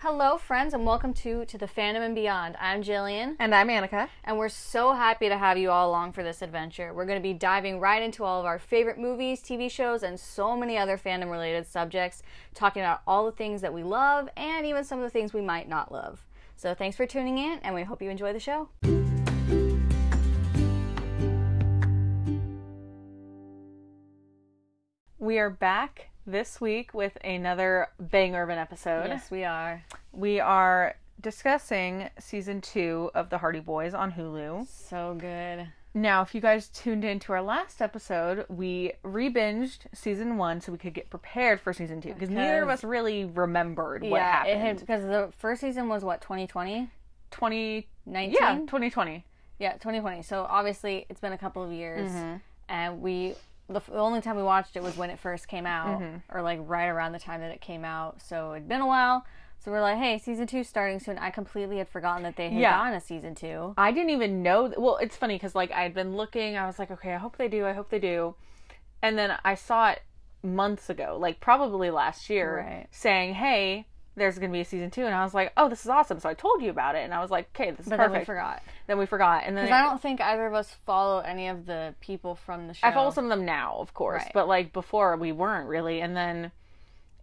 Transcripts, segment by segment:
Hello, friends, and welcome to To the Fandom and Beyond. I'm Jillian, And I'm Annika. and we're so happy to have you all along for this adventure. We're going to be diving right into all of our favorite movies, TV shows, and so many other fandom related subjects, talking about all the things that we love and even some of the things we might not love. So, thanks for tuning in, and we hope you enjoy the show. We are back this week with another banger of an episode. we are. We are discussing season two of The Hardy Boys on Hulu. So good. Now, if you guys tuned in to our last episode, we re-binged season one so we could get prepared for season two because neither of us really remembered what yeah, happened. it had because the first season was what 2020, 20 19. yeah 2020 Yeah, 2020. So obviously, it's been a couple of years, and we the, f- the only time we watched it was when it first came out, or like right around the time that it came out. So it'd been a while. So we're like, hey, season two starting soon. I completely had forgotten that they had Yeah. gotten a season two. I didn't even know. Th- well, it's funny because like I had been looking, I was like, okay, I hope they do, I hope they do, and then I saw it months ago, like probably last year, Right. saying, hey, there's gonna be a season two, and I was like, oh, this is awesome. So I told you about it, and I was like, okay, this is But perfect. then we forgot Then we forgot, and then because I I, don't think either of us follow any of the people from the show. I follow some of them now, of course, Right. but like before we weren't really, and then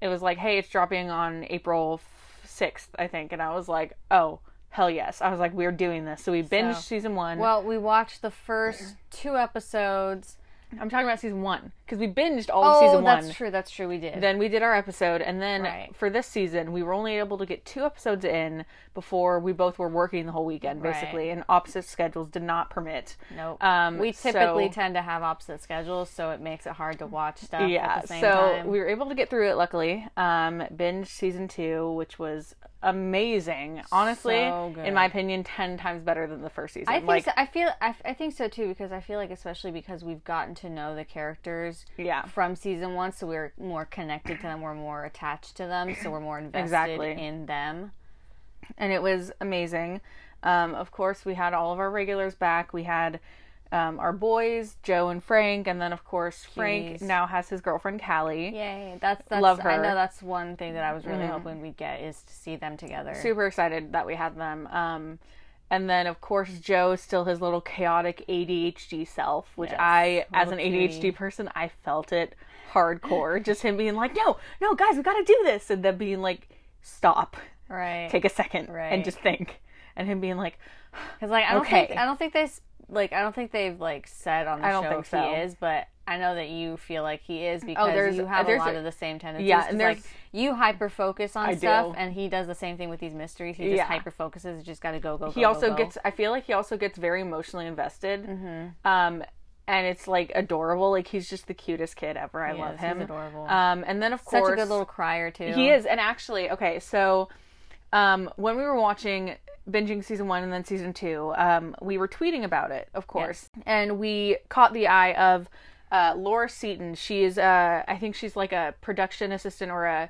it was like, hey, it's dropping on April sixth, I think, and I was like, oh. Hell yes. I was like, we're doing this. So we binged season one. Well, we watched the first two episodes. I'm talking about season one because we binged all Oh, of season one. that's true. That's true. We did. Then we did our episode, and then Right. for this season, we were only able to get two episodes in before we both were working the whole weekend, basically, and opposite schedules did not permit. Nope. Um, we so- typically tend to have opposite schedules, so it makes it hard to watch stuff Yeah, at the so same time. we were able to get through it. Luckily, um, binge season two, which was amazing. Honestly, So good. in my opinion, ten times better than the first season. I think like, so. I feel I, f- I think so too because I feel like especially because we've gotten to know the characters Yeah. from season one, so we're more connected to them, we're more attached to them, so we're more invested Exactly. in them. and it was amazing. Um, of course, we had all of our regulars back. We had um, our boys, Joe and Frank, and then of course Frank Cuties. now has his girlfriend Callie. Yay! That's that's Love I her. know that's one thing that I was really hoping we'd get is to see them together. Super excited that we had them. Um, and then of course Joe is still his little chaotic ADHD self, which Yes, I, as an little ADHD cutie. person, I felt it hardcore. Just him being like, "No, no, guys, we got to do this," and then being like, "Stop, right? take a second, Right. and just think," and him being like, Because like I don't Okay. think I don't think they s- like I don't think they've like said on the I don't show think if so. Oh, he is, but I know that you feel like he is because there's- you have there's a lot a- of the same tendencies. Yeah, 'cause, and like there's- you hyper focus on I stuff, do. and he does the same thing with these mysteries. He just Yeah. hyper focuses. Just got to go go. he go, also go, go. gets i feel like he also gets very emotionally invested Mm-hmm. um and it's like adorable like he's just the cutest kid ever i He love is. him He's adorable. um and then of Such course a good little crier too. he is and actually okay so um when we were watching binging season one and then season two um we were tweeting about it of course and we caught the eye of uh laura seaton she is uh i think she's like a production assistant or a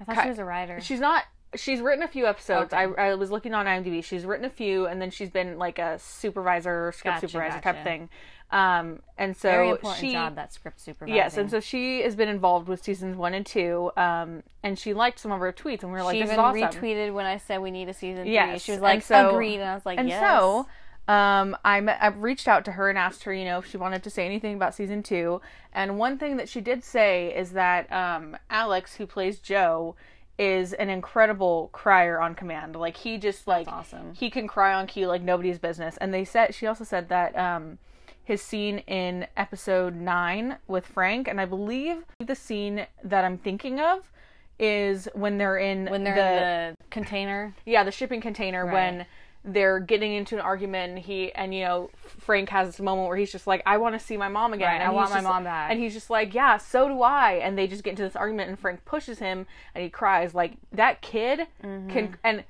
I thought she was a writer. She's not. She's written a few episodes. I, I was looking on IMDb. She's written a few, and then she's been like a supervisor, script Gotcha, supervisor gotcha. type thing. Um, and so Very important she, job that script supervising. yes, and so she has been involved with seasons one and two. Um, and she liked some of her tweets, and we were like, she "This even is awesome." retweeted when I said we need a season three. Yes, She was and like so- agreed, and I was like and yes. so um, I, met, I reached out to her and asked her, you know, if she wanted to say anything about season two. And one thing that she did say is that um, Alex, who plays Joe, is an incredible crier on command. Like he just like awesome. he can cry on cue like nobody's business. And they said she also said that um, his scene in episode nine with Frank, and I believe the scene that I'm thinking of is when they're in when they're the, in the container, yeah, the shipping container when they're getting into an argument and he and you know Frank has this moment where he's just like I want to see my mom again Right, and I he's want my just- mom back. and he's just like yeah so do I and they just get into this argument and Frank pushes him and he cries like that kid can and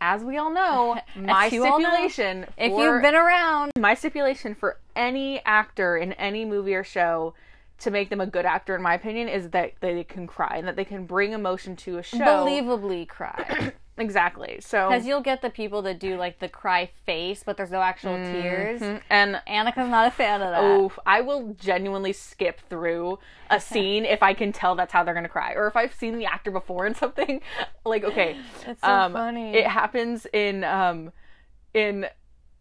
as we all know my Mm-hmm. you all know, stipulation if for- you've been around, my stipulation for any actor in any movie or show to make them a good actor in my opinion is that they can cry and that they can bring emotion to a show believably cry. Exactly. So Because you'll get the people that do like the cry face, but there's no actual Mm-hmm. tears. and Annika's not a fan of that. Oof, I will genuinely skip through a scene if I can tell that's how they're gonna cry, or if I've seen the actor before in something. Like, okay, That's so um, funny. It happens in um, in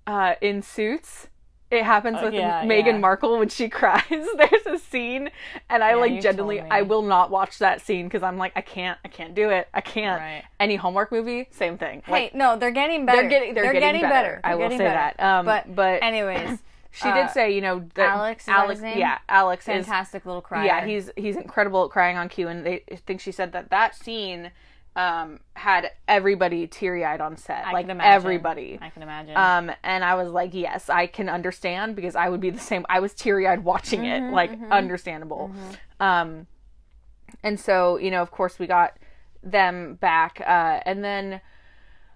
uh, in Suits. It happens with Oh, yeah, Meghan yeah. Markle when she cries. There's a scene, and I you like told genuinely, me. I will not watch that scene because I'm like, I can't, I can't do it, I can't. Right. Any homework movie, same thing. Like, hey, no, they're getting better. they're getting, they're, getting, better. I They're will say getting better. that. Um, but but anyways, she uh, did say, you know, that Alex is that his name? yeah, Alex is fantastic little cry. yeah, he's he's incredible at crying on cue, and they I think she said that that scene um, had everybody teary eyed on set, I like can imagine. everybody. I can imagine. Um, and I was like, yes, I can understand because I would be the same. I was teary eyed watching Mm-hmm, it, like understandable. Um, and so you know, of course, we got them back, uh, and then.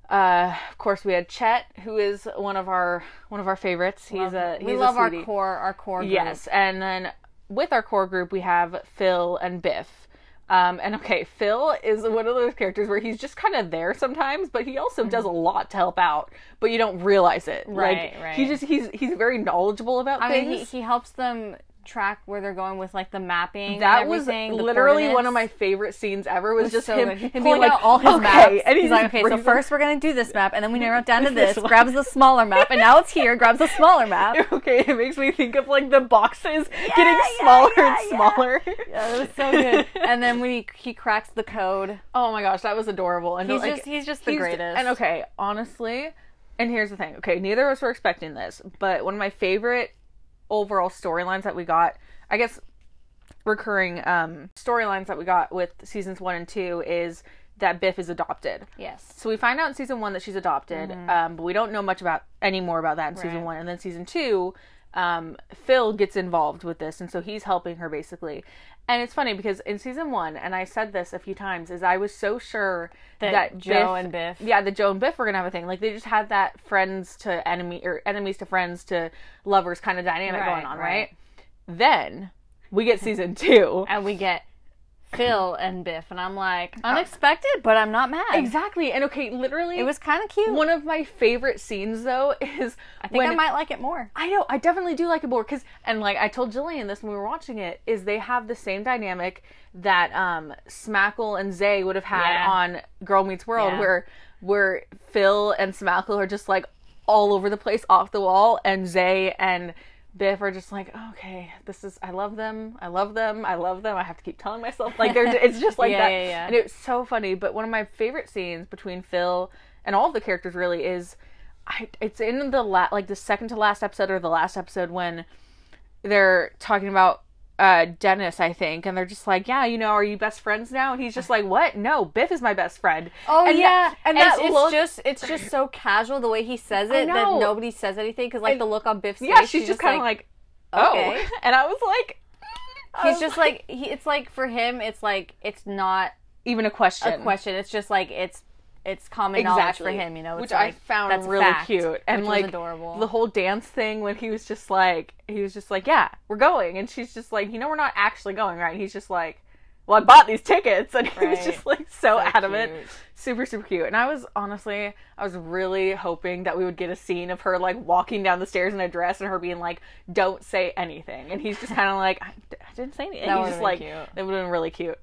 Uh, of course, we had Chet, who is one of our one of our favorites. He's a he's we a love our sweetie. core, our core. Group. Yes, and then with our core group, we have Phil and Biff. Um, and okay, Phil is one of those characters where he's just kind of there sometimes, but he also does a lot to help out, but you don't realize it. Right, like, right. He just he's he's very knowledgeable about I things. mean, he, he helps them track where they're going with like the mapping. and that was everything, the literally one of coordinates. my favorite scenes ever. Was, just so him, good. He him being pulling like, out all his okay, maps. and he he's like, just okay, so brings them- first we're gonna do this map, and then we narrow it down to This this. one. grabs the smaller map, and now it's here. Grabs the smaller map. okay, it makes me think of like the boxes getting yeah, smaller and yeah, yeah. smaller. Yeah, that was so good. And then when he, he cracks the code, Oh my gosh, that was adorable. And he's like, just he's just the He's- greatest. And okay, honestly, and here's the thing. Okay, neither of us were expecting this, but one of my favorite overall storylines that we got, I guess recurring um storylines that we got with seasons 1 and 2 is that Biff is adopted. yes, So we find out in season 1 that she's adopted, um but we don't know much about any more about that in season Mm-hmm. Right. 1 and then season 2 um, Phil gets involved with this, and so he's helping her basically. And it's funny because in season one, and I said this a few times, is I was so sure that, that, Joe Biff and Biff. yeah, the Joe and Biff were gonna have a thing. Like they just had that friends to enemy or enemies to friends to lovers kind of dynamic Right, going on, right. right. Then we get season two. and we get Phil and Biff, and I'm like unexpected, but I'm not mad. Uh-huh. exactly. And okay, literally It was kind of cute. one of my favorite scenes though is I think I might like it more. I know, I definitely do like it more because, and like I told Jillian this when we were watching it, is they have the same dynamic that um Smackle and Zay would have had Yeah. on Girl Meets World, Yeah. where where Phil and Smackle are just like all over the place, off the wall, and Zay and Biff are just like, okay, this is I love them, I love them, I love them. I have to keep telling myself like they're it's just like Yeah, that, yeah, yeah. and it's so funny. But one of my favorite scenes between Phil and all of the characters really is I, it's in the la- like the second to last episode or the last episode when they're talking about uh Dennis, I think, and they're just like, "Yeah, you know, are you best friends now?" And he's just like, "What? No, Biff is my best friend." Oh and yeah, that, and and it's, that it's look, just it's just so casual the way he says it that know. nobody says anything because like the look on Biff's yeah, face, she's, just kind of like, "Oh," okay. and I was like, I he's was just like he, it's like for him it's like it's not even a question, a question it's just like it's it's common knowledge for him you know it's which I like, found that's really fact, cute and which was like adorable the whole dance thing when he was just like he was just like yeah we're going and she's just like you know we're not actually going right and he's just like well I bought these tickets and he was Right. just like so, adamant cute. super super cute and I was honestly I was really hoping that we would get a scene of her like walking down the stairs in a dress and her being like don't say anything and he's just kind of like I, I didn't say anything That he's would've just been like cute. that would have been really cute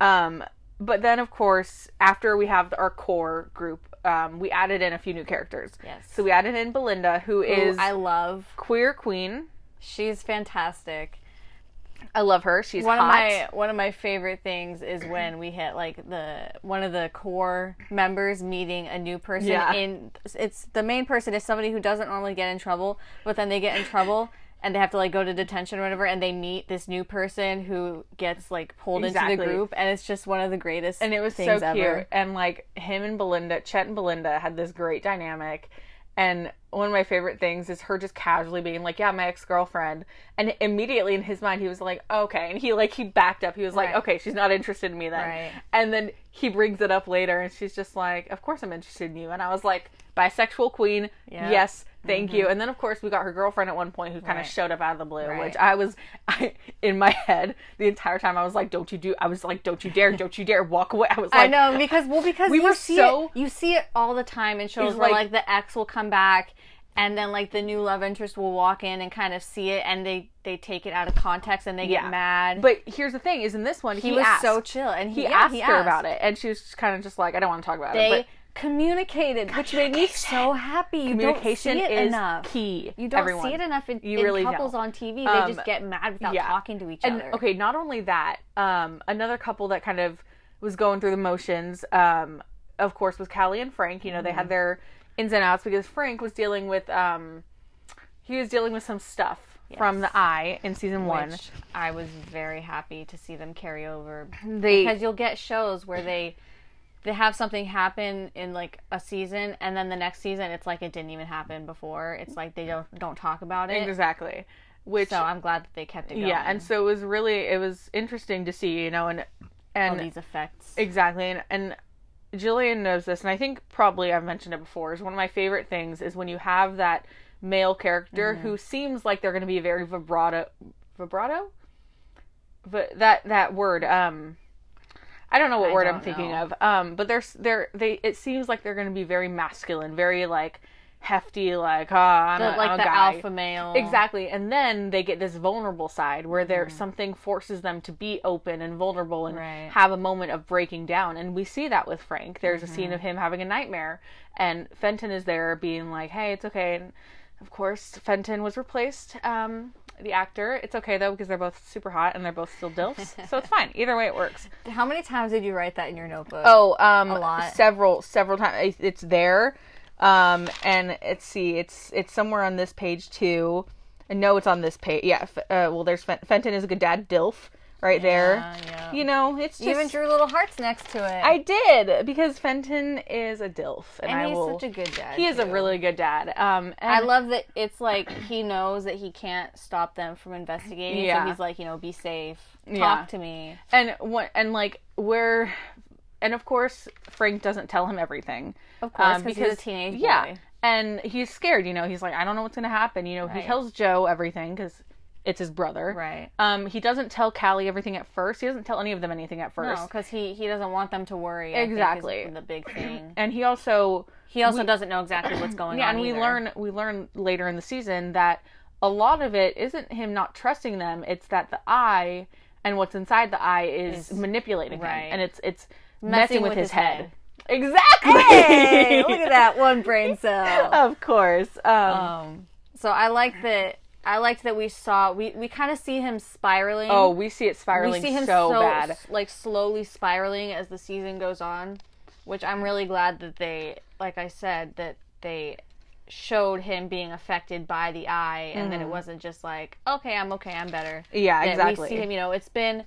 um, but then, of course, after we have our core group, um, we added in a few new characters. Yes. So we added in Belinda, who Who is I love queer queen. she's fantastic I love her. She's one hot. of my one of my favorite things is when we hit like the one of the core members meeting a new person Yeah. in it's the main person is somebody who doesn't normally get in trouble but then they get in trouble and they have to like go to detention or whatever and they meet this new person who gets like pulled into Exactly. the group and it's just one of the greatest and it was so things cute. ever. And like him and Belinda, Chet and Belinda had this great dynamic. And one of my favorite things is her just casually being like, "Yeah, my ex girlfriend," and immediately in his mind he was like, "Okay," and he like he backed up. He was like, Right. "Okay, she's not interested in me then." Right. And then he brings it up later, and she's just like, "Of course I'm interested in you." And I was like, "Bisexual queen, Yeah. Mm-hmm. yes, Thank you. And then of course we got her girlfriend at one point who kind of Right. showed up out of the blue, Right. which I was I in my head the entire time I was like, Don't you do I was like, Don't you dare, don't you dare walk away. I was like I know because well because We you were see so- it, you see it all the time in shows He's where like, like- the ex will come back and then like the new love interest will walk in and kind of see it and they they take it out of context and they Yeah. get mad. But here's the thing, is in this one he, he, was asked, so chill and he, he, yeah, asked her about it and she was kind of just like, I don't want to talk about They it. But communicated, which made me so happy. You communication don't see it is enough. key. You don't everyone. see it enough in, You in really couples don't. on TV. They Um, just get mad without yeah. talking to each And other. okay, not only that, um, another couple that kind of was going through the motions, um, of course, was Callie and Frank. You know, they Mm-hmm. had their ins and outs because Frank was dealing with um, he was dealing with some stuff from the eye in season one. Which I was very happy to see them carry over They because you'll get shows where they they have something happen in like a season and then the next season it's like it didn't even happen before. It's like they don't don't talk about it. exactly, which So I'm glad that they kept it going. yeah, and so it was really it was interesting to see. You know, and all and these effects. Exactly, and and Jillian knows this, and I think probably I've mentioned it before. Is one of my favorite things is when you have that male character Mm-hmm. who seems like they're going to be very vibrato, vibrato, but that that word. Um, I don't know what I word I'm don't thinking know. of. Um, but there's they're they. It seems like they're going to be very masculine, very like hefty, like ah, I'm The- a, like I'm a the guy. alpha male. Exactly. And then they get this vulnerable side where there something forces them to be open and vulnerable and Right. have a moment of breaking down. And we see that with Frank. There's a scene of him having a nightmare and Fenton is there being like, "Hey, it's okay." And of course, Fenton was replaced um the actor. It's okay though because they're both super hot and they're both still dilfs. so it's fine. Either way it works. How many times did you write that in your notebook? Oh, um, a lot. Several, several times. It's there, um, and it's see, it's it's somewhere on this page too. And no, it's on this page. Yeah. F- uh, well, there's Fen- Fenton is a good dad. Dilf, right there. yeah. You know, it's just. even drew little hearts next to it. I did because Fenton is a dilf, and, and I he's will. such a good dad. he is a too. really good dad. Um, and I love that it's like he knows that he can't stop them from investigating. Yeah. So he's like, you know, be safe. Talk Yeah. to me. and what and like where, and of course Frank doesn't tell him everything. Of course, because he's a teenage boy. Um, Yeah, and he's scared. You know, he's like, I don't know what's gonna happen. You know, he Right. tells Joe everything because it's his brother. Right. Um, he doesn't tell Callie everything at first. He doesn't tell any of them anything at first. No, because Oh, he he doesn't want them to worry. I think, is Exactly. the big thing. And he also, He also doesn't know exactly what's going yeah, on. and we either. learn we learn later in the season that a lot of it isn't him not trusting them. It's that the eye and what's inside the eye is manipulating right. him, and it's it's messing, with, his, head. head. Exactly. Hey, look at that one brain cell. Of course. Um, Um, so I like that. I liked that we saw we we kind of see him spiraling. oh, we see it spiraling we see him so bad. like slowly spiraling as the season goes on, which I'm really glad that they, like I said, that they showed him being affected by the eye, and that it wasn't just like, okay, I'm okay, I'm better. Mm-hmm. Yeah, That exactly. We see him, you know, it's been,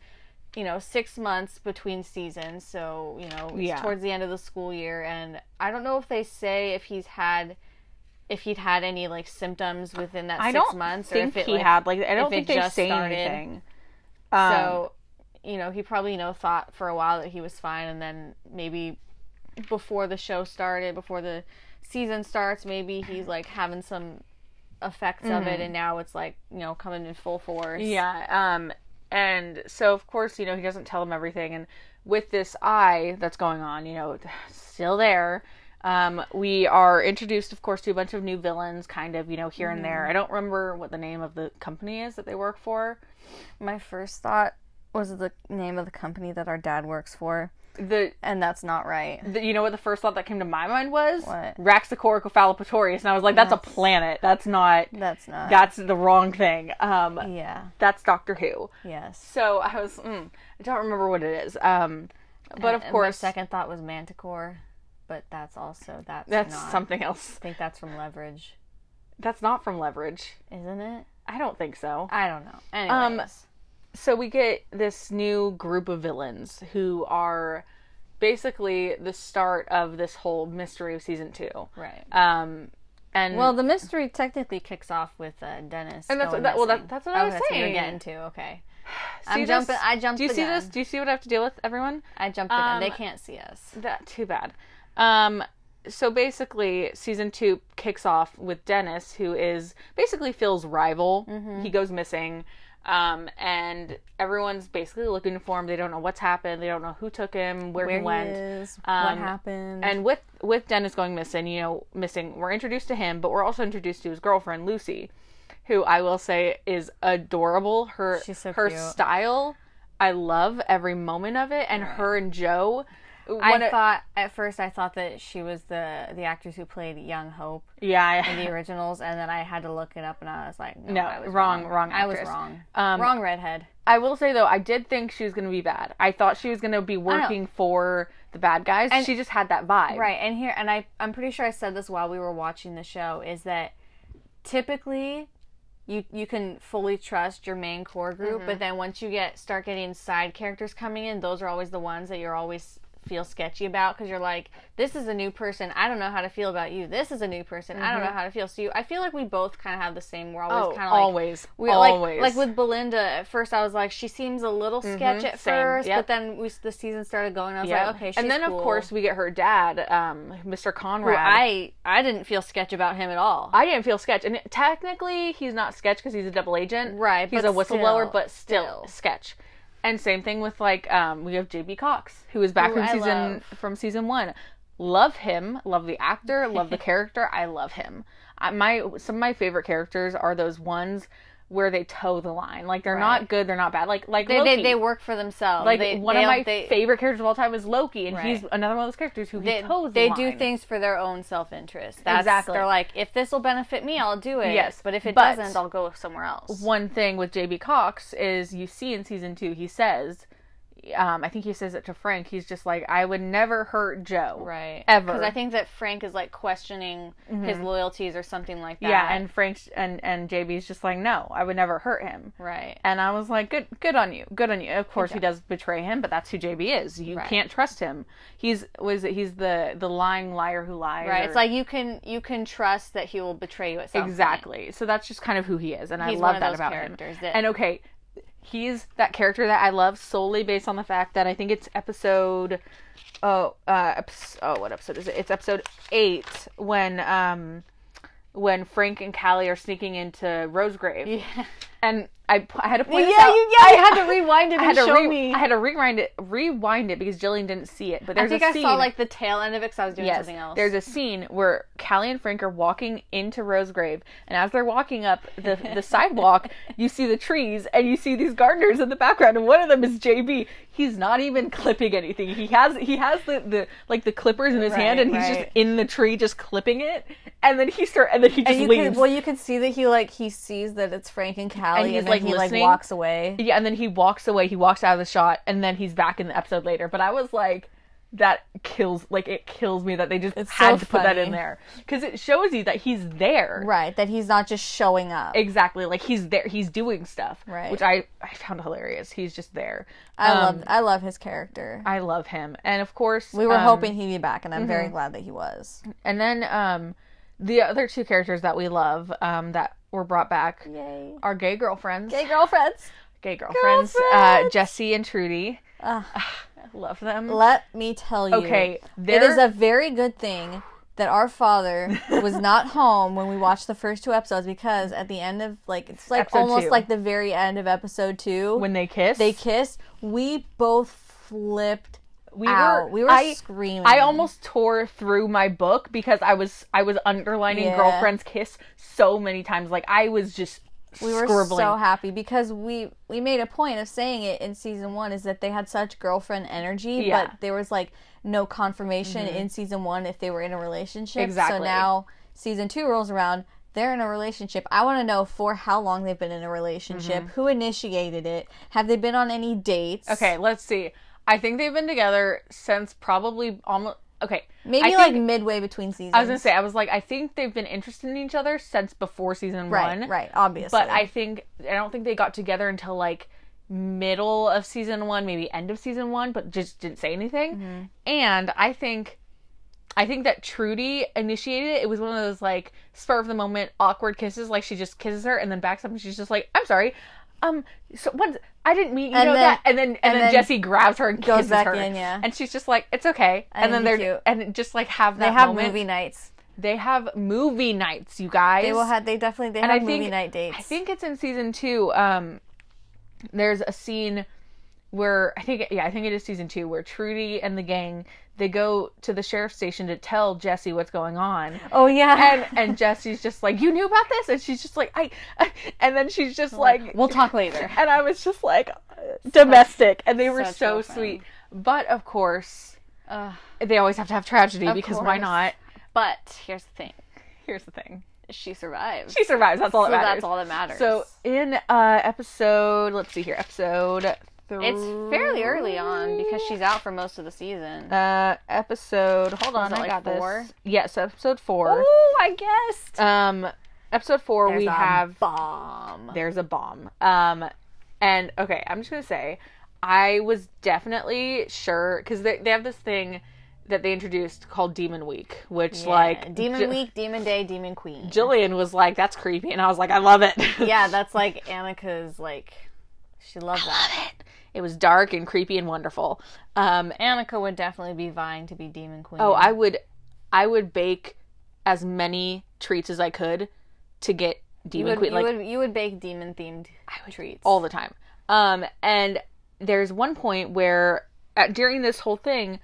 you know, six months between seasons, so you know, it's Yeah. towards the end of the school year, and I don't know if they say if he's had. If he'd had any like symptoms within that I six don't months, think or if it he like, had like I don't it think they just say started. anything. Um, so, you know, he probably, you know, thought for a while that he was fine. And then maybe before the show started, before the season starts, maybe he's like having some effects of it. And now it's like, you know, coming in full force. yeah, um, and so of course you know he doesn't tell him everything, and with this eye that's going on, you know, still there. Um, we are introduced, of course, to a bunch of new villains, kind of, you know, here and there. I don't remember what the name of the company is that they work for. My first thought was the name of the company that our dad works for. The, And that's not right. the you know what the first thought that came to my mind was What? Raxacoricophalopatorius, and I was like, that's, a planet. That's not. That's not. That's the wrong thing. Um, yeah. that's Doctor Who. Yes. So I was, mm, I don't remember what it is. Um, but of And course, My second thought was Manticore, but that's also, that's, that's not. something else. I think that's from Leverage, That's not from Leverage. isn't it? I don't think so. I don't know. Anyways. So we get this new group of villains who are basically the start of this whole mystery of season two. Right. Um, and Well, the mystery technically kicks off with uh, Dennis. And that's going what- that- well, that- missing. that's what I Oh, was that's saying. What you're getting to okay. See I'm this? jumping. I jumped. Do you the see gun. this? Um, Do you see what I have to deal with, everyone? I jumped the gun. They Um, can't see us. That too bad. Um, so basically, season two kicks off with Dennis, who is basically Phil's rival. Mm-hmm. He goes missing, um, and everyone's basically looking for him. They don't know what's happened. They don't know who took him, where, Where he went. is, what Um, happened? And with with Dennis going missing, you know, missing, we're introduced to him, but we're also introduced to his girlfriend Lucy, who I will say is adorable. Her She's so her cute. style, I love every moment of it, and her and Joe. I one of- thought at first I thought that she was the the actress who played Young Hope yeah, in I- the originals, and then I had to look it up, and I was like, no, No, I was wrong, wrong I was actress. wrong, Um, wrong redhead. I will say though, I did think she was going to be bad. I thought she was going to be working for the bad guys. she just had that vibe. Right, and here, and I, I'm pretty sure I said this while we were watching the show, is that typically you you can fully trust your main core Mm-hmm. group, but then once you get start getting side characters coming in, those are always the ones that you're always feel sketchy about because you're like, this is a new person, I don't know how to feel about you. This is a new person, I don't know how to feel. So you, I feel like we both kind of have the same. We're always Mm-hmm. Oh, kind of like, always, we always. Mm-hmm, like like with Belinda. At first, I was like, she seems a little sketch at same, first, yep. but then we, the season started going. I was Yeah. like, okay, she's and then cool. of course we get her dad, um, Mr. Conrad. Well, I I didn't feel sketch about him at all. I didn't feel sketch, and technically he's not sketch because he's a double agent. Right, he's a but whistleblower, still- but still, still. sketch. And same thing with like um, we have JB Cox, who is back Who from I season love. from season one. Love him, love the actor, love the character. I love him. I, my some of my favorite characters are those ones where they toe the line. Like they're not Right. good, they're not bad. Like like they, Loki. they they work for themselves. like they, one they of don't- my they, favorite characters of all time is Loki, and he's Right. another one of those characters who he They, toes they the do line. things for their own self interest. That's, Exactly. They're like, if this will benefit me, I'll do it. Yes, but if it but- doesn't, I'll go somewhere else. one thing with JB Cox is you see in season two, he says, um, I think he says it to Frank. He's just like, I would never hurt Joe. Right. Ever. Mm-hmm. Because I think that Frank is like questioning his loyalties or something like that. Yeah. And Frank's and, and JB's just like, no, I would never hurt him. right. And I was like, good, good on you, good on you. Of course, he does betray him, but that's who JB is. You Right. can't trust him. He's was it- he's the the lying liar who lies. Right. or- It's like you can you can trust that he will betray you at some point. exactly. So that's just kind of who he is, and I He's one love of that those about him. characters that- And okay, he's that character that I love solely based on the fact that I think it's episode, oh, uh, eps- oh, what episode is it? It's episode eight when um, when Frank and Callie are sneaking into Rosegrave, Yeah. and I pu- I had to Yeah. You, point this yeah. out. I had to rewind it and I had to show re- me. I had to rewind it, rewind it because Jillian didn't see it. But I there's think a I scene saw like the tail end of it because I was doing yes, something else. There's a scene where Callie and Frank are walking into Rosegrave, and as they're walking up the, the sidewalk, you see the trees and you see these gardeners in the background, and one of them is JB. He's not even clipping anything. He has he has the, the like the clippers in his hand, Right, and he's just right. in the tree just clipping it, and then he start and then he just And you leaves. can well, you can see that he like he sees that it's Frank and Callie, And and, he's, then like, he listening. like walks away. yeah, and then he walks away. He walks out of the shot, and then he's back in the episode later. But I was like, that kills. Like it kills me that they just It's had so to put that in funny. there because it shows you that he's there. Right, that he's not just showing up. Exactly. Like he's there. He's doing stuff. Right. Which I I found hilarious. He's just there. I Um, love I love his character. I love him. And of course we were um, hoping he'd be back, and I'm very glad that he was. And then um, the other two characters that we love um that were brought back Yay! are gay girlfriends. Hey, girlfriends, Gay girlfriends. Uh, Girlfriends! Jesse and Trudy. Ugh. love them. let me tell you. okay. it There is a very good thing that our father was not home when we watched the first two episodes because at the end of like it's like Episode almost two. like the very end of episode two when they kiss. they kissed, we both flipped we out. we were I, screaming. I almost tore through my book because I was I was underlining Yeah. girlfriend's kiss so many times. Like I was just we were scribbling. so happy because we we made a point of saying it in season one is that they had such girlfriend energy, Yeah. Mm-hmm. but there was like no confirmation in season one if they were in a relationship. Exactly. So now season two rolls around. They're in a relationship. I want to know for how long they've been in a relationship. Mm-hmm. Who initiated it? Have they been on any dates? Okay, let's see. I think they've been together since probably almost. Okay, Maybe I think- like midway between seasons. I was gonna say. I was like, I think they've been interested in each other since before season right, one. right, obviously. But I think I don't think they got together until like middle of season one, maybe end of season one, but just didn't say anything. Mm-hmm. And I think. I think that Trudy initiated it. It was one of those like spur of the moment awkward kisses. Like she just kisses her and then backs up and she's just like, "I'm sorry, um, so what? I I didn't mean you And know then- that. And then and, and then, then Jesse grabs her and goes kisses back her, in, yeah. and she's just like, it's okay. And, And then they're cute. and just like have that They have moment. movie nights. They have movie nights, you guys. They will have. They definitely. They And have I movie think- night dates. I think it's in season two. Um, there's a scene where I think yeah, I think it is season two where Trudy and the gang they go to the sheriff's station to tell Jesse what's going on. Oh yeah. And and Jesse's just like, you knew about this, and she's just like, I, I and then she's just like, we'll talk later. and I was just like, uh, domestic, and they were such so girlfriend. sweet. But of course, Ugh. they always have to have tragedy because why course. not? But here's the thing: Here's the thing, she survives. she survives. That's all so that matters. that's all that matters. So in uh episode, let's see here, episode three. it's fairly early on because she's out for most of the season. uh episode. Hold on, Was it I like got four? this. Yes, episode four. oh, I guessed. Um, episode four. we There's a have bomb. there's a bomb. Um, and okay, I'm just gonna say, I was definitely sure because they they have this thing that they introduced called Demon Week, which like Demon Ji- Week, Demon Day, Demon Queen. Jillian was like, "That's creepy," and I was like, "I love it." yeah, that's like Annika's like she loves that. it. It was dark and creepy and wonderful. Um, Annika would definitely be vying to be Demon Queen. Oh, I would, I would bake as many treats as I could to get you Demon would, Queen you like would you would bake demon themed treats. all the time. Um, and there's one point where at, during this whole thing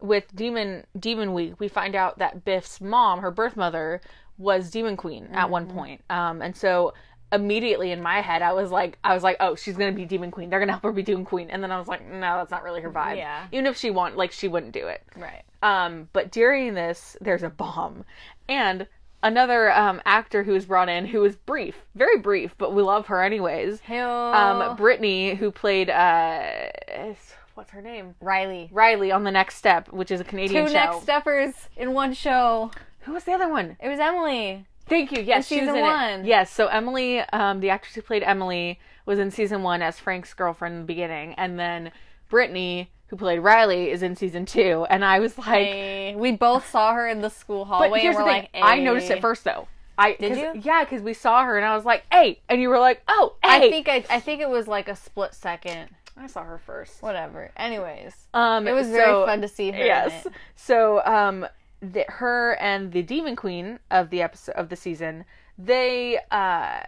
with Demon Demon Week, we find out that Biff's mom, her birth mother, was Demon Queen at one Mm-hmm. point. Um, and so immediately in my head, I was like, I was like, oh, she's gonna be Demon Queen. They're gonna help her be Demon Queen. And then I was like, no, that's not really her vibe. Yeah. Even if she want, like, she wouldn't do it. right. Um, but during this, there's a bomb, and another um, actor who was brought in who was brief, very brief, but we love her anyways. Um, Um, Brittany, who played uh, is- what's her name? Riley. Riley on the Next Step, which is a Canadian Two show. next steppers in one show. Who was the other one? It was Emily. Thank you. Yes, she was season in it. one. Yes, so Emily, um, the actress who played Emily, was in season one as Frank's girlfriend in the beginning, and then Brittany, who played Riley, is in season two. And I was like, Hey, we both saw her in the school hallway, But here's and the we're thing. like, I hey. noticed it first though. I did you? Yeah, because we saw her and I was like, "Hey," and you were like, "Oh, hey." I think I, I think it was like a split second. I saw her first. Whatever. Anyways, Um, it was very fun to see her. in Yes. it. So, um, the, her and the Demon Queen of the episode of the season, they uh,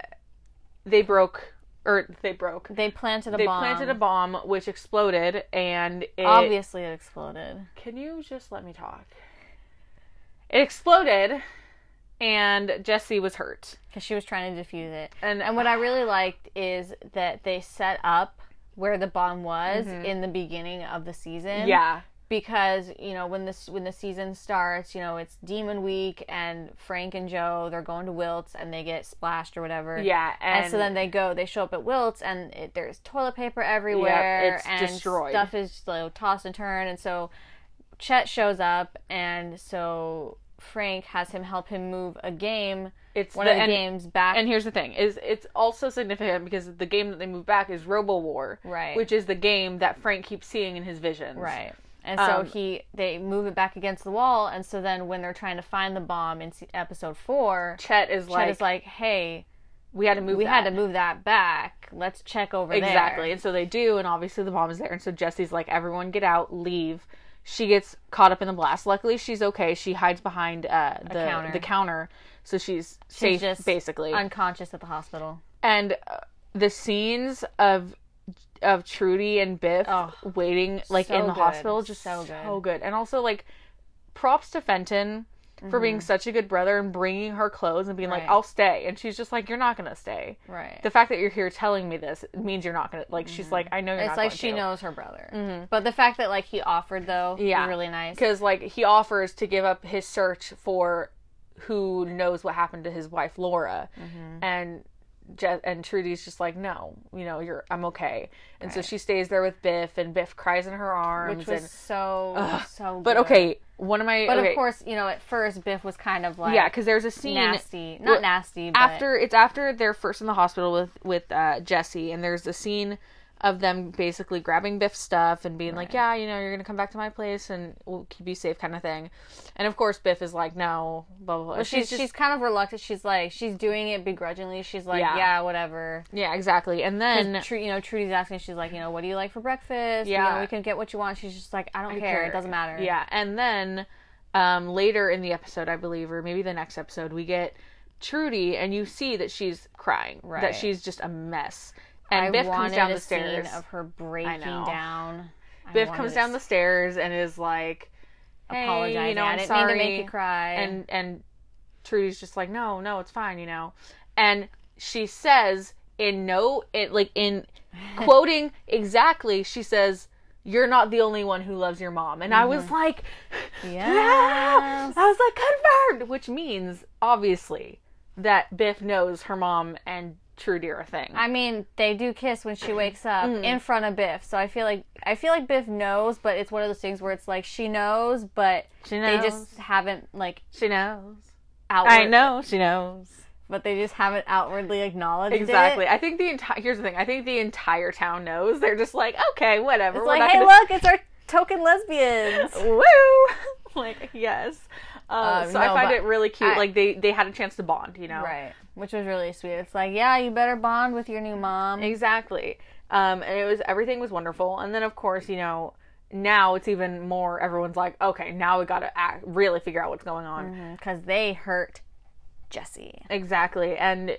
they broke or they broke. They planted a They bomb. planted a bomb which exploded, and it. Obviously, it exploded. Can you just let me talk? It exploded, and Jesse was hurt. because she was trying to defuse it. And- and what I really liked is that they set up where the bomb was in the beginning of the season. Mm-hmm. Yeah. because you know when this when the season starts, you know it's Demon Week, and Frank and Joe they're going to Wilts, and they get splashed or whatever. Yeah, And, so then they go, they show up at Wilts, and it, there's toilet paper everywhere, it's and destroyed. stuff is you know, tossed and turned, and so Chet shows up, and so Frank has him help him move a game, it's one the, of the and, games back. And here's the thing: is it's also significant because the game that they move back is Robo War, Right. Which is the game that Frank keeps seeing in his visions, right. And so Um, he they move it back against the wall, and so then when they're trying to find the bomb in se- episode four, Chet is Chet like, is like, "Hey, we had to move. we that. had to move that back. Let's check over there." exactly, and so they do, and obviously the bomb is there, and so Jesse's like, everyone get out, leave. She gets caught up in the blast. Luckily, she's okay. She hides behind uh, the counter. the counter, so she's, safe, just basically. Unconscious at the hospital. and uh, the scenes of of Trudy and Biff Oh, waiting like so in the good. hospital just so So good. good. And also like props to Fenton for being such a good brother and bringing her clothes and being like Mm-hmm. Right. I'll stay and she's just like you're not going to stay. Right. The fact that you're here telling me this means you're not going to like she's like I know you're Mm-hmm. it's not like going she to. knows her brother, but the fact that like he offered though, Yeah. really nice. because like he offers to give up his search for who knows what happened to his wife Laura, Mm-hmm. and Je- and Trudy's just like no, you know you're I'm okay, and so she stays there with Biff, and Biff cries in her arms, Which and was so so. Good. but okay, one of my but okay, of course, you know, at first Biff was kind of like yeah, because there's a scene nasty, Well, not nasty, but after it's after they're first in the hospital with with uh, Jesse, and there's a scene of them basically grabbing Biff's stuff and being like, "Yeah, you know, you're gonna come back to my place and we'll keep you safe," kind of thing. And of course, Biff is like, "No, blah blah." blah. she's she's kind of reluctant. She's like she's doing it begrudgingly. She's like, Yeah. yeah, whatever. yeah, exactly. And then And Tru- you know, Trudy's asking. She's like, you know, what do you like for breakfast? Yeah. you know, we can get what you want. She's just like, I don't care. It doesn't matter. Yeah, and then um, later in the episode, I believe, or maybe the next episode, we get Trudy, and you see that she's crying, that Right. she's just a mess. And I Biff wanted comes down a the stairs. scene of her breaking know. down. I Biff wanted comes a down the stairs and is like, "Hey, apologizing. you know, I I'm didn't mean sorry. to make you cry. And and Trudy's just like, "No, no, it's fine," you know. And she says in no, it like in quoting exactly, she says. You're not the only one who loves your mom. And I Mm-hmm. was like, yes. I was like, confirmed, which means obviously that Biff knows her mom and Trudy are a thing. I mean, they do kiss when she wakes up Mm. in front of Biff. So I feel like I feel like Biff knows, but it's one of those things where it's like she knows, but she they knows. just haven't like she knows. outward, I know she knows but they just haven't outwardly acknowledged it. exactly. I think the entire here's the thing. I think the entire town knows. They're just like, okay, whatever. It's we're like, not hey, gonna- look, it's our token lesbians. woo. like yes. Um, Um, so I no, find but it really cute. I- like they they had a chance to bond. You know. right. Which was really sweet. It's like, yeah, you better bond with your new mom. Exactly. Um, and it was everything was wonderful. And then of course, you know, now it's even more. Everyone's like, okay, now we got to act, really figure out what's going on. Because they hurt Jesse. Exactly. And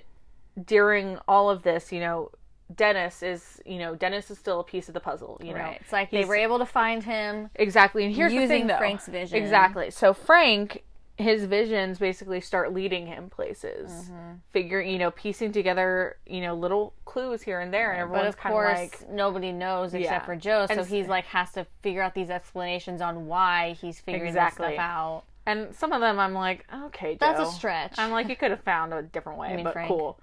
during all of this, you know, Dennis is, you know, Dennis is still a piece of the puzzle. You know, Right. It's like they He's- were able to find him. Exactly. And here's the Using thing, though. Frank's vision. Exactly. So Frank, his visions basically start leading him places, Mm-hmm. figuring, you know, piecing together, you know, little clues here and there, and But everyone's of kind of course, like, nobody knows except Yeah. for Joe. So And s- he's like has to figure out these explanations on why he's figuring this Exactly. stuff out. and some of them I'm like, okay, That's Joe. a stretch. I'm like, you could have found a different way, mean but Frank? cool.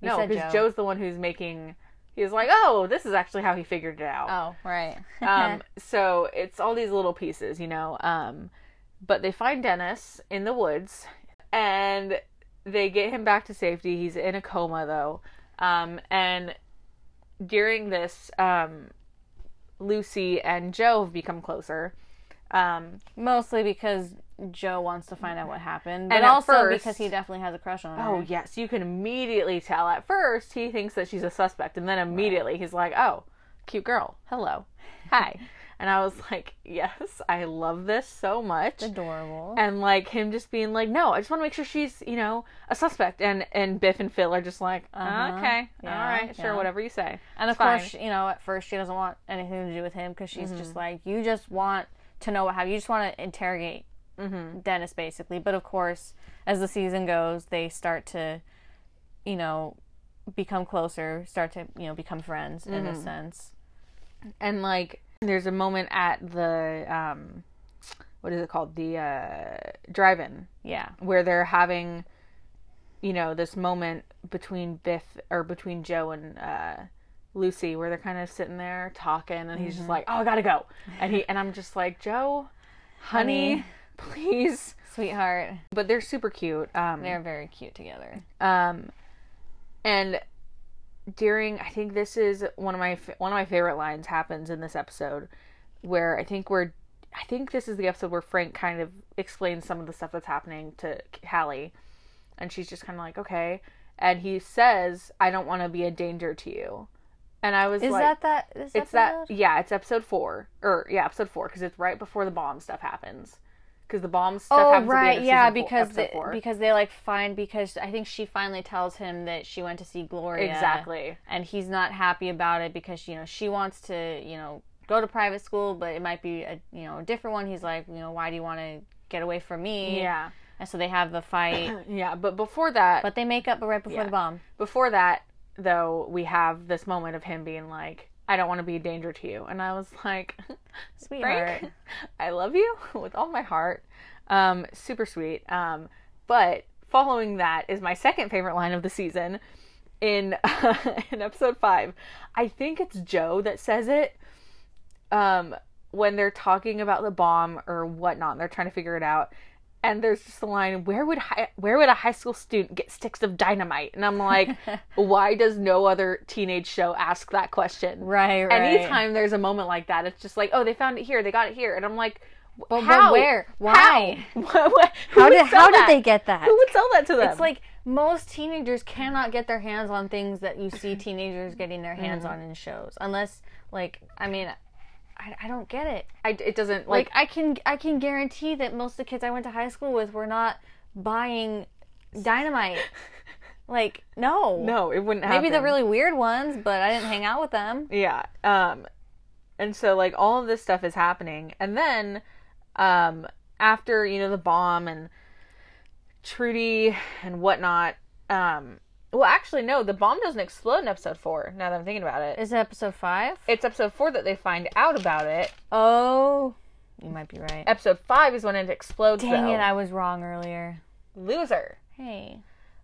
no, said because Joe. Joe's the one who's making. He's like, oh, this is actually how he figured it out. oh, right. um, so it's all these little pieces, you know. Um, but they find Dennis in the woods, and they get him back to safety. He's in a coma though, um, and during this, um, Lucy and Joe have become closer. Um, Mostly because Joe wants to find out what happened, but And at also first- because he definitely has a crush on her. oh yes, you can immediately tell. At first, he thinks that she's a suspect, and then immediately he's like, "Oh, cute girl, hello, hi." And I was like, yes, I love this so much. adorable. and like him just being like, "No, I just want to make sure she's, you know, a suspect." And and Biff and Phil are just like, "Uh-huh." "Okay, all Yeah, right, sure, yeah. whatever you say." And of It's fine. Mm-hmm. course, you know, at first she doesn't want anything to do with him because she's just like, you just want to know what happened. You just want to interrogate Mm-hmm. Dennis, basically. But of course, as the season goes, they start to, you know, become closer, start to, you know, become friends in Mm-hmm. a sense. and like there's a moment at the um, what is it called? The uh, drive-in Yeah. where they're having, you know, this moment between Biff or between Joe and uh, Lucy where they're kind of sitting there talking, and he's just like, "Oh, I gotta go," and he and I'm just like, "Joe, honey. please." Sweetheart. But they're super cute. Um, They're very cute together. Um, and during, I think this is one of my fa- one of my favorite lines happens in this episode, where I think we're, I think this is the episode where Frank kind of explains some of the stuff that's happening to Hallie, and she's just kind of like, okay, and he says, I don't want to be a danger to you, and I was Is like, that that? Is it's that yeah, it's episode four or yeah, episode four because it's right before the bomb stuff happens. Because the bomb stuff Oh happens at the end right, of yeah, season four- because episode they, four. because they like find because I think she finally tells him that she went to see Gloria exactly and he's not happy about it because you know she wants to you know go to private school but it might be a you know a different one he's like you know why do you want to get away from me yeah. and so they have the fight Yeah, but before that, but they make up right before the bomb before that though, we have this moment of him being like, "I don't want to be a danger to you," and I was like, sweetheart "Frank, I love you with all my heart." Um, super sweet. Um, but following that is my second favorite line of the season in in episode five. I think it's Joe that says it. Um, when they're talking about the bomb or whatnot, and they're trying to figure it out, and there's just a line where would hi- where would a high school student get sticks of dynamite and i'm like why does no other teenage show ask that question Right, right. anytime there's a moment like that it's just like oh they found it here they got it here and i'm like But, how? but where? Why? how, What- what- who How, would did sell how that? did they get that? who would sell that to them It's like most teenagers cannot get their hands on things that you see teenagers getting their hands Mm-hmm. on in shows, unless like I mean, I, I don't get it. I, it doesn't like, Like I can I can guarantee that most of the kids I went to high school with were not buying dynamite. like no, no it wouldn't happen Maybe the really weird ones, but I didn't hang out with them. Yeah. Um and so like all of this stuff is happening and then um after, you know, the bomb and Trudy and whatnot, um well actually no, the bomb doesn't explode in episode four, now that I'm thinking about it. Is it episode five? It's episode four that they find out about it. Oh, you might be right. Episode five is when it explodes. Dang though. it, I was wrong earlier. Loser. Hey.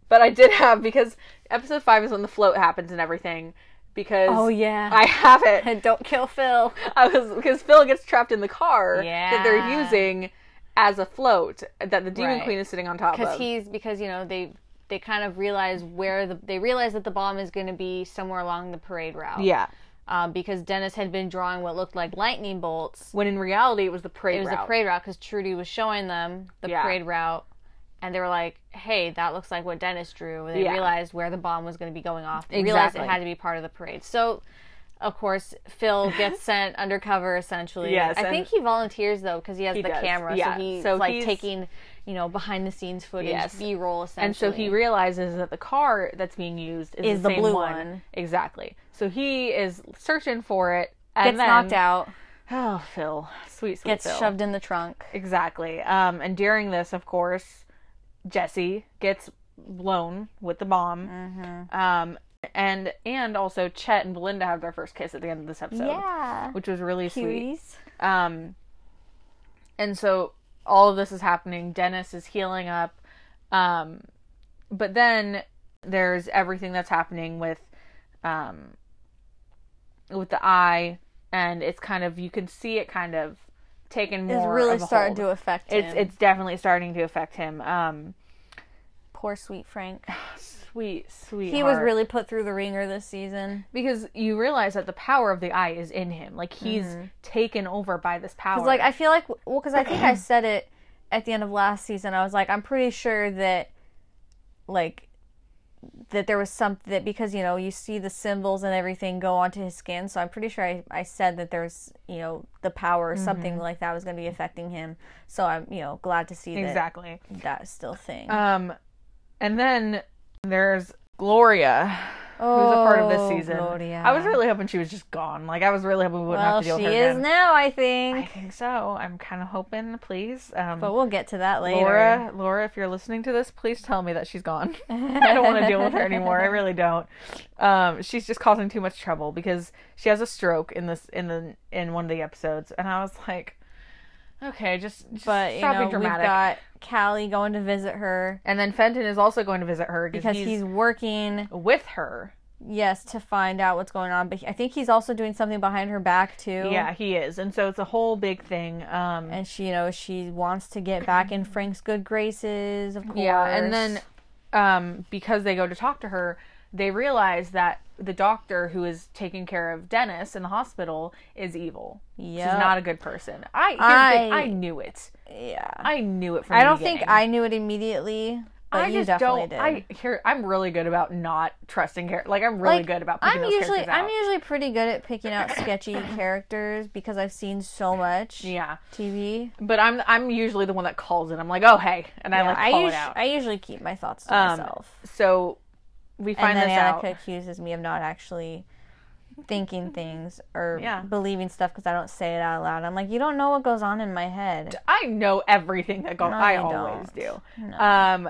But I did have because episode five is when the float happens and everything. Because Oh yeah. I have it. don't kill Phil. I was because Phil gets trapped in the car that they're Yeah. using as a float that the demon Right. queen is sitting on top because of. he's because you know they they kind of realize where the they realize that the bomb is going to be somewhere along the parade route. yeah, Um, because Dennis had been drawing what looked like lightning bolts. when in reality it was the parade It was route. the parade route because Trudy was showing them the Yeah. parade route, and they were like, "Hey, that looks like what Dennis drew." And they Yeah. realized where the bomb was going to be going off. They realized it Exactly. had to be part of the parade. So. Of course, Phil gets sent undercover essentially. Yes, I and- think he volunteers though because he has the does, camera, yeah. so he's So like he's- taking, you know, behind the scenes footage, Yes. B-roll essentially. and so he realizes that the car that's being used is, Is the, the same blue one. one. Exactly. So he is searching for it and gets then, knocked out, Oh, Phil, sweet, sweet gets Phil. shoved in the trunk. Exactly. Um, and during this, of course, Jesse gets blown with the bomb. Mm-hmm. Um, and and also Chet and Belinda have their first kiss at the end of this episode, Yeah. which was really sweet. Cuties. Um, and so all of this is happening. Dennis is healing up. Um, but then there's everything that's happening with, um, with the eye, and it's kind of you can see it kind of taken more. It's of really a starting hold. to affect him. It's it's definitely starting to affect him. Um, Poor sweet Frank. sweet, sweet. He was really put through the ringer this season. because you realize that the power of the eye is in him. Like he's taken over by this power. It's Mm-hmm. like I feel like well, because I think I said it at the end of last season. I was like, I'm pretty sure that like that there was something that because you know you see the symbols and everything go onto his skin. So I'm pretty sure I, I said that there's you know the power or Mm-hmm. something like that was going to be affecting him. So I'm you know glad to see that exactly. that's still a thing. Um, and then there's Gloria, oh, who's a part of this season. Gloria. I was really hoping she was just gone. Like I was really hoping we wouldn't well, have to deal she with her is again. now. I I think, think so. I'm kind of hoping, please. Um, but we'll get to that later. Laura, Laura, if you're listening to this, please tell me that she's gone. I don't want to deal with her anymore. I really don't. Um, she's just causing too much trouble because she has a stroke in this in the in one of the episodes, and I was like, okay, just, just But you stop being know, we've dramatic. got Callie going to visit her and then Fenton is also going to visit her because he's, working, with her. yes, to find out what's going on. But he- I think he's also doing something behind her back too. Yeah, he is, and so it's a whole big thing. Um, And she, you know, she wants to get back in Frank's good graces, of course. Yeah, and then um, because they go to talk to her, they realize that the doctor who is taking care of Dennis in the hospital is evil. She's Yep. not a good person. I here's the thing, I- I knew it. yeah, I knew it from. I the don't think beginning. I knew it immediately, but I you just definitely don't. did. I here. I'm really good about not trusting characters. Like I'm really Like, good about. Picking I'm those usually characters out. I'm usually pretty good at picking out sketchy characters because I've seen so much yeah, TV. but I'm I'm usually the one that calls it. I'm like, oh hey, and I like I, call usu- it out. I usually keep my thoughts to Um, myself. So we find and this then out. Annika accuses me of not actually thinking things or Yeah. believing stuff because I don't say it out loud. I'm like, you don't know what goes on in my head. I know everything that goes. No, I you always don't. do. Um,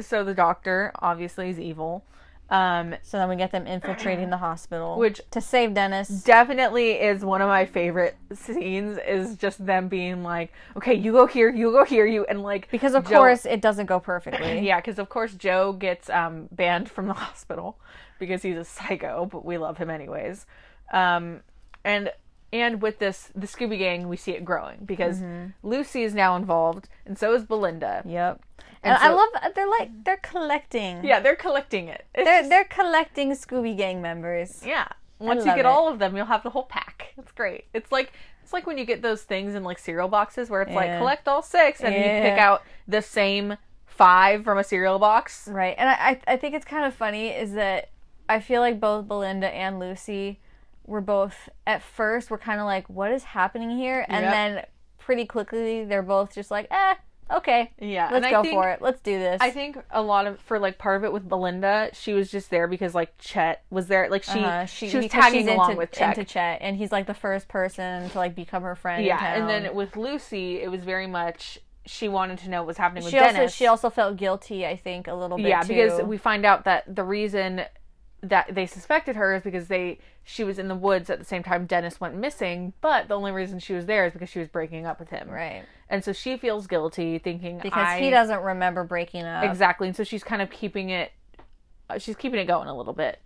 so the doctor obviously is evil. Um, So then we get them infiltrating the hospital, Which- to save Dennis. definitely is one of my favorite scenes. Is just them being like, "Okay, you go here, you go here, you," and like Because of Joe- course it doesn't go perfectly. yeah, because of course Joe gets um banned from the hospital because he's a psycho, but we love him anyways. Um, and and with this the Scooby Gang, we see it growing because Mm-hmm. Lucy is now involved, and so is Belinda. Yep. And And, so- I love that they're like they're collecting. Yeah, they're collecting it. It's They're just- they're collecting Scooby Gang members. yeah. Once you love it. get all of them, you'll have the whole pack. It's great. It's like it's like when you get those things in like cereal boxes where it's like Yeah. collect all six, and you pick Yeah. out the same five from a cereal box. Right. And I, I I think it's kind of funny is that I feel like both Belinda and Lucy were both at first were kind of like what is happening here and Yep. then pretty quickly they're both just like eh okay Yeah, let's and I go think- for it let's do this I think a lot of for like part of it with Belinda, she was just there because like Chet was there. Like she Uh, she, she, was because tagging she's along into, with Chet. into Chet, and he's like the first person to like become her friend. in yeah, and town. then with Lucy, it was very much she wanted to know what was happening with she Dennis. also she also felt guilty. I think a little bit. yeah, too. because we find out that the reason that they suspected her is because they she was in the woods at the same time Dennis went missing, but the only reason she was there is because she was breaking up with him. right And so she feels guilty thinking because I he doesn't remember breaking up. Exactly. And so she's kind of keeping it uh, she's keeping it going a little bit.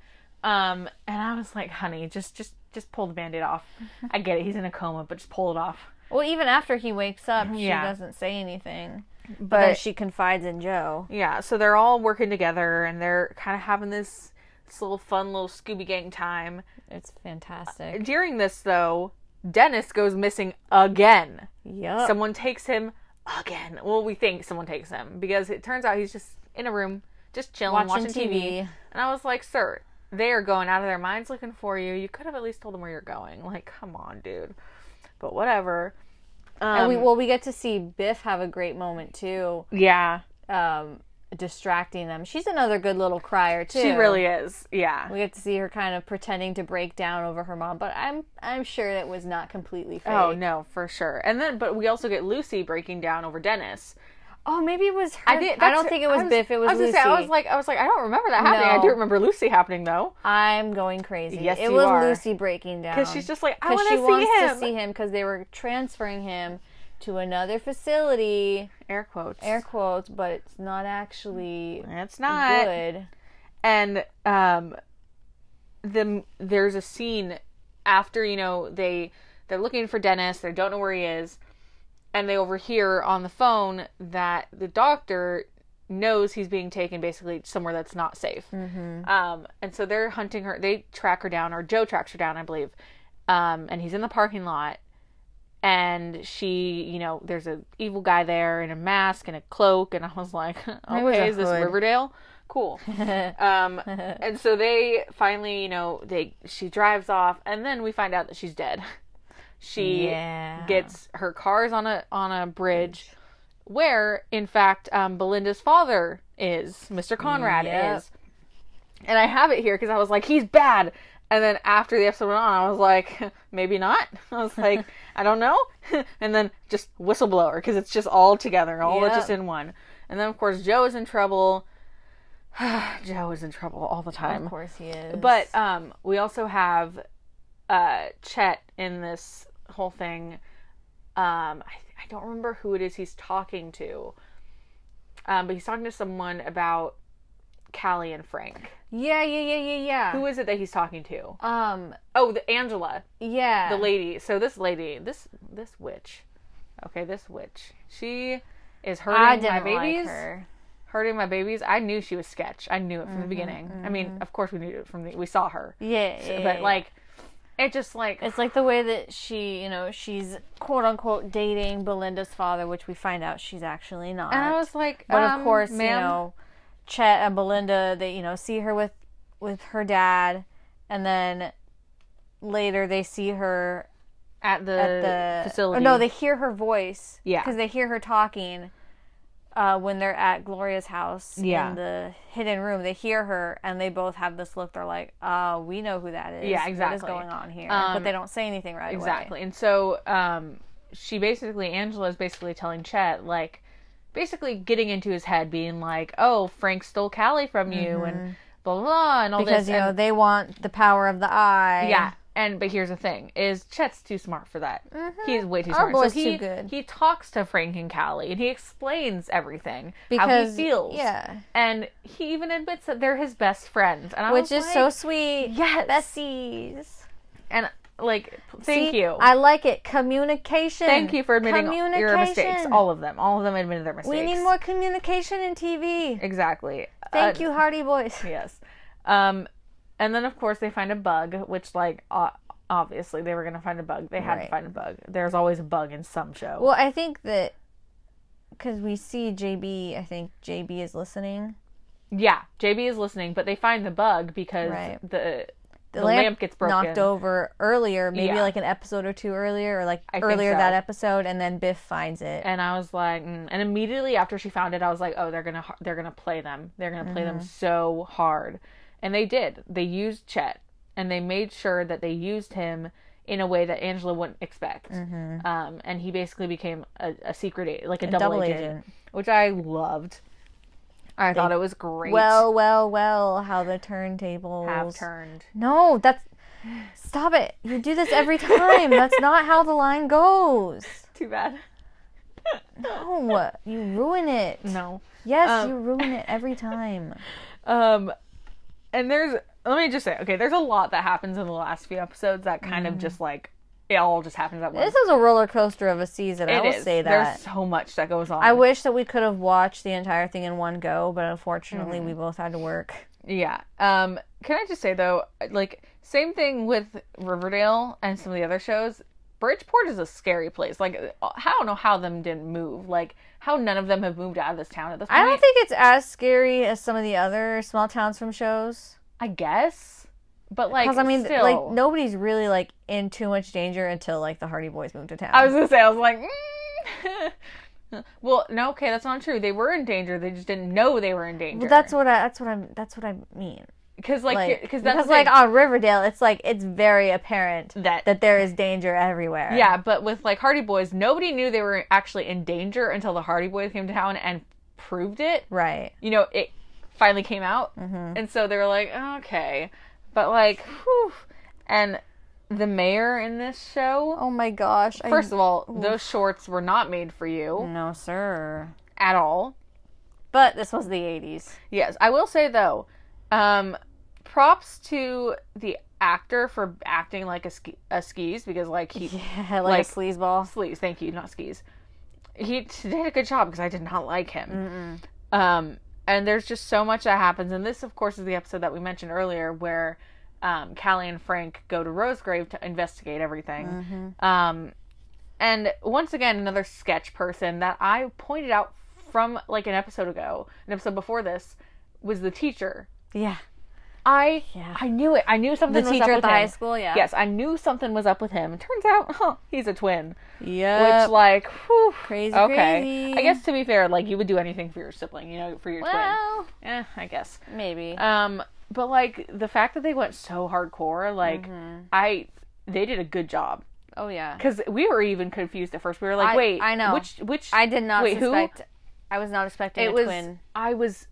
Um and I was like, "Honey, just just just pull the band-aid off. I get it. He's in a coma, but just pull it off." Well, even after he wakes up, she Yeah. doesn't say anything, but, But- then she confides in Joe. Yeah, so they're all working together and they're kind of having this this little fun little Scooby Gang time. It's fantastic. During this though, Dennis goes missing again. Yep. Someone takes him again. Well, we think someone takes him because it turns out he's just in a room just chilling watching, Watching TV. TV. And I was like, "Sir, they are going out of their minds looking for you. You could have at least told them where you're going. Like, come on, dude." But whatever. Um, and we well we get to see Biff have a great moment too, yeah, um, distracting them. She's another good little crier too. she really is. Yeah. We get to see her kind of pretending to break down over her mom, but I'm I'm sure that was not completely fake. Oh no, for sure. And then, but we also get Lucy breaking down over Dennis. Oh, maybe it was her. I, did- don't that's- think it was, Biff. It was, I was Lucy. gonna say, I was like, I was like, I don't remember that happening. I No. do remember Lucy happening though, I'm going crazy. Yes, it you was are. Lucy breaking down because she's just like, I Um, 'Cause want she to see wants him. to see him because they were transferring him to another facility, Air quotes. air quotes, but it's not actually It's not. good. And um, the there's a scene after you know they they're looking for Dennis. They don't know where he is, and they overhear on the phone that the doctor knows he's being taken basically somewhere that's not safe. Mm-hmm. Um, and so they're hunting her. They track her down, or Joe tracks her down, I believe. Um, and he's in the parking lot. And she, you know, there's a evil guy there in a mask and a cloak, and I was like, was okay, a is this hood. Riverdale? Cool. um, and so they finally, you know, they she drives off, and then we find out that she's dead. She Yeah. gets her cars on a on a bridge where in fact um, belinda's father is mr conrad Yep. is and i have it here because i was like he's bad and then after the episode went on i was like maybe not i was like i don't know and then just whistleblower because it's just all together all Yep. just in one and then of course joe is in trouble joe is in trouble all the time Of course he is. but um, we also have uh, Chet in this whole thing. Um, I, I don't remember who it is he's talking to, um, but he's talking to someone about Callie and Frank. yeah, yeah, yeah, yeah, yeah. Who is it that he's talking to? um, Oh, the Angela, yeah. the lady. So this lady, this this witch. Okay, this witch. She is I hurting my didn't like babies. her. Mm-hmm, Hurting my babies. I knew she was sketch. I knew it from the beginning. I mean, of course we knew it from the. We saw her Yeah, yeah, but yeah. like it just like It's like the way that she, you know, she's quote unquote dating Belinda's father, which we find out she's actually not. and i was like but um, of course, you ma'am, know, Chet and Belinda, they you know see her with with her dad, and then later they see her at the, at the facility Or no, they hear her voice. Yeah. because they hear her talking. Uh, when they're at Gloria's house Yeah. in the hidden room, they hear her and they both have this look. They're like, "Uh, we know who that is. Yeah, What is exactly. going on here?" Um, but they don't say anything right away. exactly and so um she basically angela is basically telling chet like basically getting into his head being like oh frank stole callie from you and blah blah, blah and all Mm-hmm. because this you know and- they want the power of the eye. Yeah, and but here's the thing: is Chet's too smart for that. He's way too smart. Mm-hmm. boy's so he too good. he talks to Frank and Callie, and he explains everything how he Because- feels. yeah. and he even admits that they're his best friends, and I which was is like, so sweet. yes, besties. and Like, p- thank See, you. I like it. Communication. thank you for admitting your mistakes. Communication. All of them. All of them admitted their mistakes. We need more communication in TV. Exactly. Thank Uh, you, Hardy Boys. Yes. Um, and then of course they find a bug, which like o- obviously they were gonna find a bug. They had to Right. find a bug. There's always a bug in some show. Well, I think that because we see JB, I think JB is listening. yeah, JB is listening, but they find the bug because Right. the the lamp, gets broken. knocked over earlier, maybe Yeah. like an episode or two earlier, or like I think earlier so. that episode, and then Biff finds it. And I was like, mm. and immediately after she found it, I was like, oh, they're gonna har- they're gonna play them. They're gonna play them so hard, and they did. They used Chet, and they made sure that they used him in a way that Angela wouldn't expect. Um, and he basically became a, a secret, a- like a, double, double agent, agent. which I loved. I thought it was great. well, well, well, how the turntables half turned. No, that's stop it. You do this every time. that's not how the line goes. Too bad. No, Oh, you ruin it. No. Yes, you ruin it every time. Um, and there's let me just say, okay, there's a lot that happens in the last few episodes that kind of just like it all just happens at once. Mm. This is a roller coaster of a season. I It will is. say that. There's so much that goes on. I wish that we could have watched the entire thing in one go, but unfortunately, Mm. we both had to work. yeah. Um, can I just say though, like same thing with Riverdale and some of the other shows. Bridgeport is a scary place. Like I don't know how them didn't move. Like how none of them have moved out of this town at this point. I don't think it's as scary as some of the other small towns from shows. I guess, but like Because I mean, still, like nobody's really like in too much danger until like the Hardy Boys move to town. I was gonna say, I was like, mm. well, no, okay, that's not true. They were in danger. They just didn't know they were in danger. well, that's what I. That's what I'm. That's what I mean. because like, Like, because that's because the like thing. on Riverdale, it's like it's very apparent that that there is danger everywhere. Yeah, but with like Hardy Boys, nobody knew they were actually in danger until the Hardy Boys came to town and proved it. Right. You know, it finally came out, Mm-hmm. and so they were like, okay, but like, whew. and the mayor in this show. Oh my gosh. First of all, those shorts were not made for you no, sir. at all. But this was the '80s. Yes, I will say though, um, props to the actor for acting like a, ski- a skis because like he Yeah, like, Like- a sleazeball. sleeves. Thank you, not skis. He t- did a good job because I did not like him. Um, and there's just so much that happens, and this, of course, is the episode that we mentioned earlier where um, Callie and Frank go to Rosegrave to investigate everything. Mm-hmm. Um, and once again, another sketch person that I pointed out from like an episode ago, an episode before this, was the teacher. Yeah. I Yeah. I knew it. I knew something. The was up teacher at with the high him. school, yeah. Yes, I knew something was up with him. Turns out, huh, he's a twin Yeah. which like whew, Uh, Crazy, okay crazy. i guess to be fair like you would do anything for your sibling you know for your well, twin eh, i guess maybe. um but like the fact that they went so hardcore like Mm-hmm. i they did a good job oh yeah. because we were even confused at first we were like I- wait I know. which which I did not wait, who? suspect. I was not expecting it a was twin. i was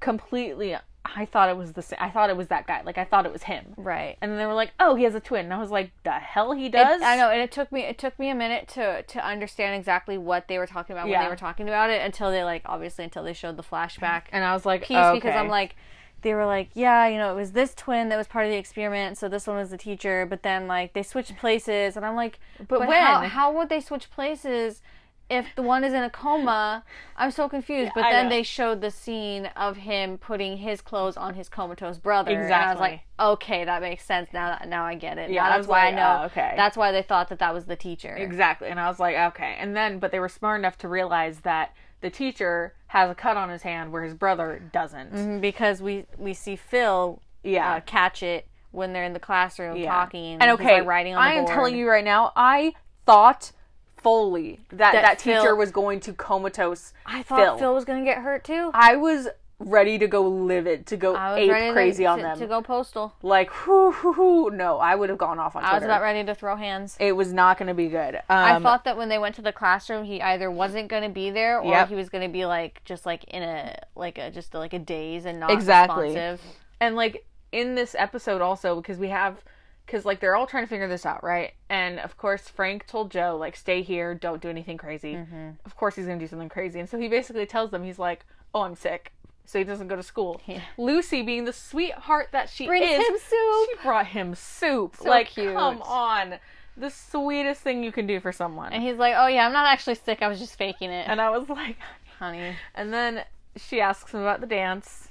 completely i thought it was the sa- i thought it was that guy like i thought it was him Right. and then they were like oh he has a twin and i was like the hell he It- does I know, and it took me it took me a minute to to understand exactly what they were talking about when Yeah. they were talking about it until they like obviously until they showed the flashback and i was like piece because okay. I'm like they were like, yeah, you know, it was this twin that was part of the experiment, so this one was the teacher, but then like they switched places and I'm like, but, when?" how, how would they switch places? If the one is in a coma, I'm so confused. But I then know. they showed the scene of him putting his clothes on his comatose brother, and I was Exactly. like, okay, that makes sense now. That, now I get it. Yeah, Now I that's was why like, I know. "Oh, okay." that's why they thought that that was the teacher. Exactly. And I was like, okay. And then, but they were smart enough to realize that the teacher has a cut on his hand where his brother doesn't. Mm-hmm. because we we see Phil Yeah. uh, catch it when they're in the classroom Yeah. talking And he's, okay, like, writing on the I am board. telling you right now, I thought fully that that, Phil- teacher was going to comatose. I thought Phil, was gonna get hurt too. I was ready to go livid, to go I was ape ready to- crazy on to, them. to go postal. Like, whoo, whoo, whoo. No, I would have gone off on Twitter. I was about ready to throw hands. It was not going to be good. Um, I thought that when they went to the classroom, he either wasn't gonna be there or Yep. he was gonna be like just like in a like a just like a daze and not Exactly. responsive. and like in this episode also because we have because like they're all trying to figure this out right and of course frank told joe like stay here Mm-hmm. don't do anything crazy of course he's gonna do something crazy and so he basically tells them he's like oh i'm sick so he doesn't go to school. Lucy, being the sweetheart that she Brings is, him soup. she brought him soup. like, cute. come on, the sweetest thing you can do for someone. And he's like, "Oh yeah, I'm not actually sick. I was just faking it, and I was like, honey." and then she asks him about the dance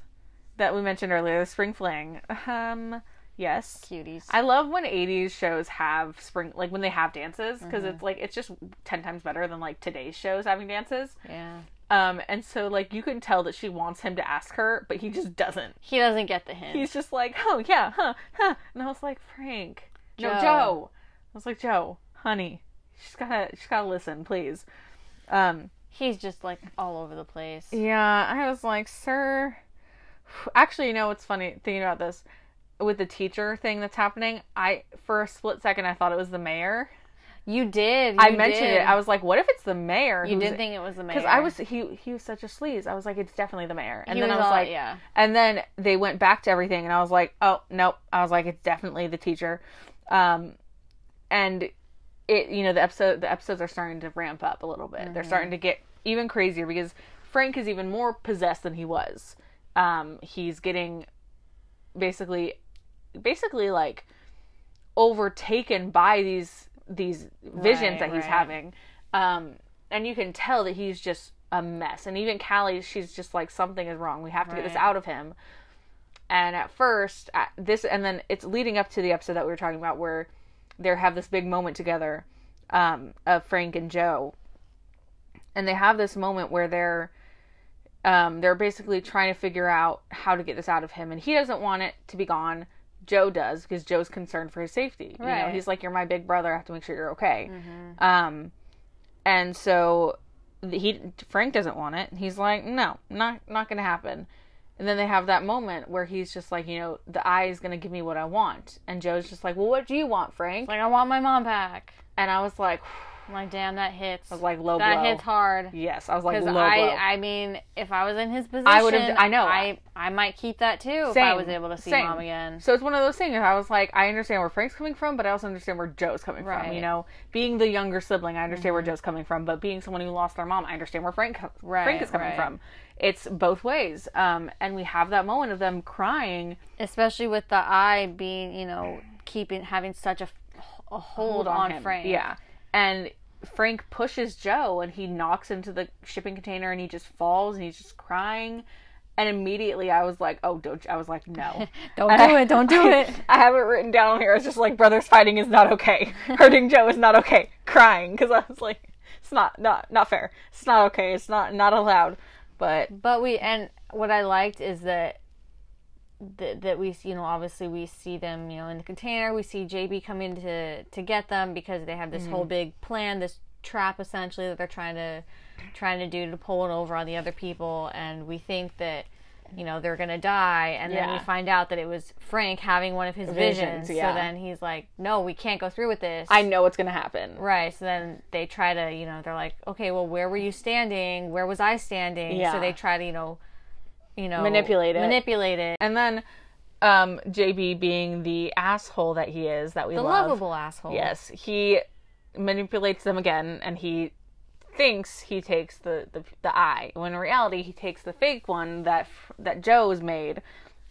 that we mentioned earlier, the spring fling. Um, yes. Cuties. I love when 80s shows have spring, like when they have dances, because it's like, it's just 10 times better than like today's shows having dances. yeah. Um, and so like you can tell that she wants him to ask her, but he just doesn't. He doesn't get the hint. He's just like, oh yeah, huh, huh. And I was like, Frank, no, Joe. Joe. I was like, Joe, honey, she's gotta, she's gotta listen, please. Um, He's just like all over the place. yeah, I was like, sir. Actually, you know what's funny? Thinking about this with the teacher thing that's happening, I for a split second I thought it was the mayor. You did. I you mentioned did. it. I was like, what if it's the mayor? You who's- did think it was the mayor because I was he he was such a sleaze. I was like, it's definitely the mayor. And He then was I was all- like, yeah. And then they went back to everything, and I was like, oh nope. I was like, it's definitely the teacher. Um, and it you know the episode the episodes are starting to ramp up a little bit. Mm-hmm. They're starting to get even crazier because Frank is even more possessed than he was. Um, he's getting basically basically like overtaken by these these visions Right, that right. he's having um and you can tell that he's just a mess and even callie she's just like something is wrong we have to get this Right. out of him and at first at this and then it's leading up to the episode that we were talking about where they have this big moment together um of frank and joe and they have this moment where they're um, they're basically trying to figure out how to get this out of him, and he doesn't want it to be gone. Joe does because Joe's concerned for his safety. You know, Right. he's like, "You're my big brother. I have to make sure you're okay." Um, and so th- he Frank doesn't want it. and He's like, "No, not not gonna happen." And then they have that moment where he's just like, you know, the eye is gonna give me what I want, and Joe's just like, "Well, what do you want, Frank?" like, I want my mom back. And I was like, I'm like, damn, that hits. like low that blow. hits hard. Yes, I was like Because low I, blow. I mean, if I was in his position, I would've- I know. I, I might keep that too if I Same. was able to see Same. mom again. So it's one of those things. I was like, I understand where Frank's coming from, but I also understand where Joe's coming from. Right. Mm-hmm. You know, being the younger sibling, I understand where Joe's coming from, but being someone who lost their mom, I understand where Frank co- Frank Right, is coming right. from. It's both ways. Um, and we have that moment of them crying. Especially with the eye being, you know, keeping having such a, a hold, on, him. Frank. Yeah, and Frank pushes Joe, and he knocks into the shipping container, and he just falls, and he's just crying. And immediately, I was like, "Oh, don't!" I was like, "No." Don't do it. Don't do it. I have it written down here. It's just like brothers fighting is not okay. Hurting Joe is not okay. Crying because I was like, it's not not not fair. It's not okay. It's not not allowed. But But we and what I liked is that that, that we you know obviously we see them you know in the container we see JB come in to to get them because they have this whole Mm-hmm. big plan this trap essentially that they're trying to trying to do to pull it over on the other people and we think that you know they're gonna die and then Yeah. we find out that it was Frank having one of his Visions, visions, yeah. so then he's like no we can't go through with this I know what's gonna happen. Right. So then they try to, you know, they're like, okay, well, where were you standing? Where was I standing? Yeah. So they try to, you know, you know, Manipulate it. Manipulate it. And then, um, JB being the asshole that he is that we The love. lovable asshole. Yes, he manipulates them again, and he thinks he takes the the, the eye when in reality he takes the fake one that that Joe's made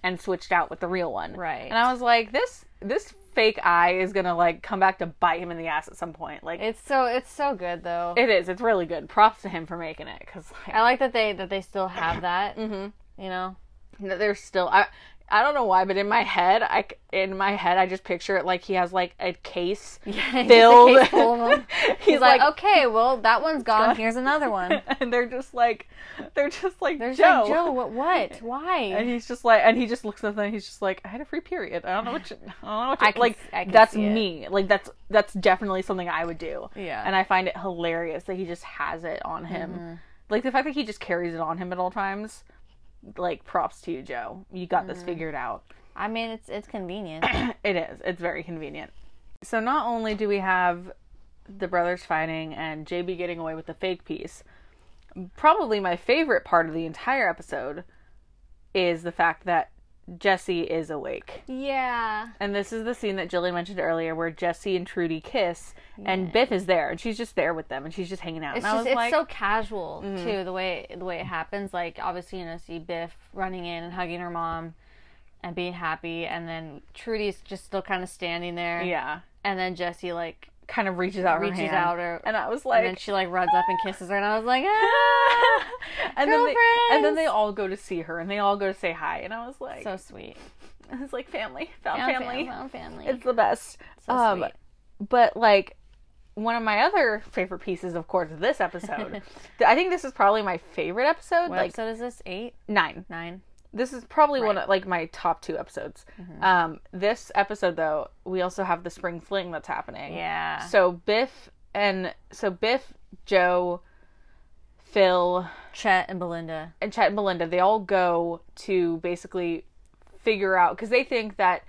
and switched out with the real one. Right. And I was like, this this fake eye is gonna like come back to bite him in the ass at some point. Like It's so it's so good though. it is. It's really good. Props to him for making it because I like that they that they still have that. mm-hmm. You know. that there's still I I don't know why, but in my head, I c- in my head I just picture it like he has like a case Just a filled. case full of 'em. he's, He's like, okay, well, that one's gone. Here's another one. and they're just like, they're just like There's Joe. like, Joe, what, what, And why? he's just like, and he just looks at them. And he's just like, I had a free period. I don't know what you, I don't know what you, I can like. s- I can that's see it. me. Like that's that's definitely something I would do. Yeah. Mm-hmm. And I find it hilarious that he just has it on him. Like the fact that he just carries it on him at all times. Like props to you, Joe. You got Mm. this figured out. I mean, it's it's convenient. It is. It's very convenient. So not only do we have the brothers fighting and JB getting away with the fake piece, probably my favorite part of the entire episode is the fact that Jesse is awake. Yeah. And this is the scene that Jillian mentioned earlier where Jesse and Trudy kiss and Biff is there and she's just there with them and she's just hanging out. It's and I just was it's like mm-hmm. so casual too the way the way it happens. Like obviously you know see Biff running in and hugging her mom and being happy, and then Trudy's just still kind of standing there. Yeah. And then Jesse like Kind of reaches out reaches her hand. out her, and I was and then like she like runs up and kisses her, and I was like, ah, and then they, and then Girlfriends! they all go to see her and they all go to say hi and I was like so sweet. it's like family found Found fam- family found family. it's the best so um sweet. but like one of my other favorite pieces of course of this episode th- I think this is probably my favorite episode What like episode is this? Eight, 9 nine. this is probably one of like my top two episodes. Mm-hmm. Um, this episode though, we also have the spring fling that's happening. Yeah. So Biff and so Biff, Joe, Phil, Chet and Belinda. and Chet and Belinda, they all go to basically figure out because they think that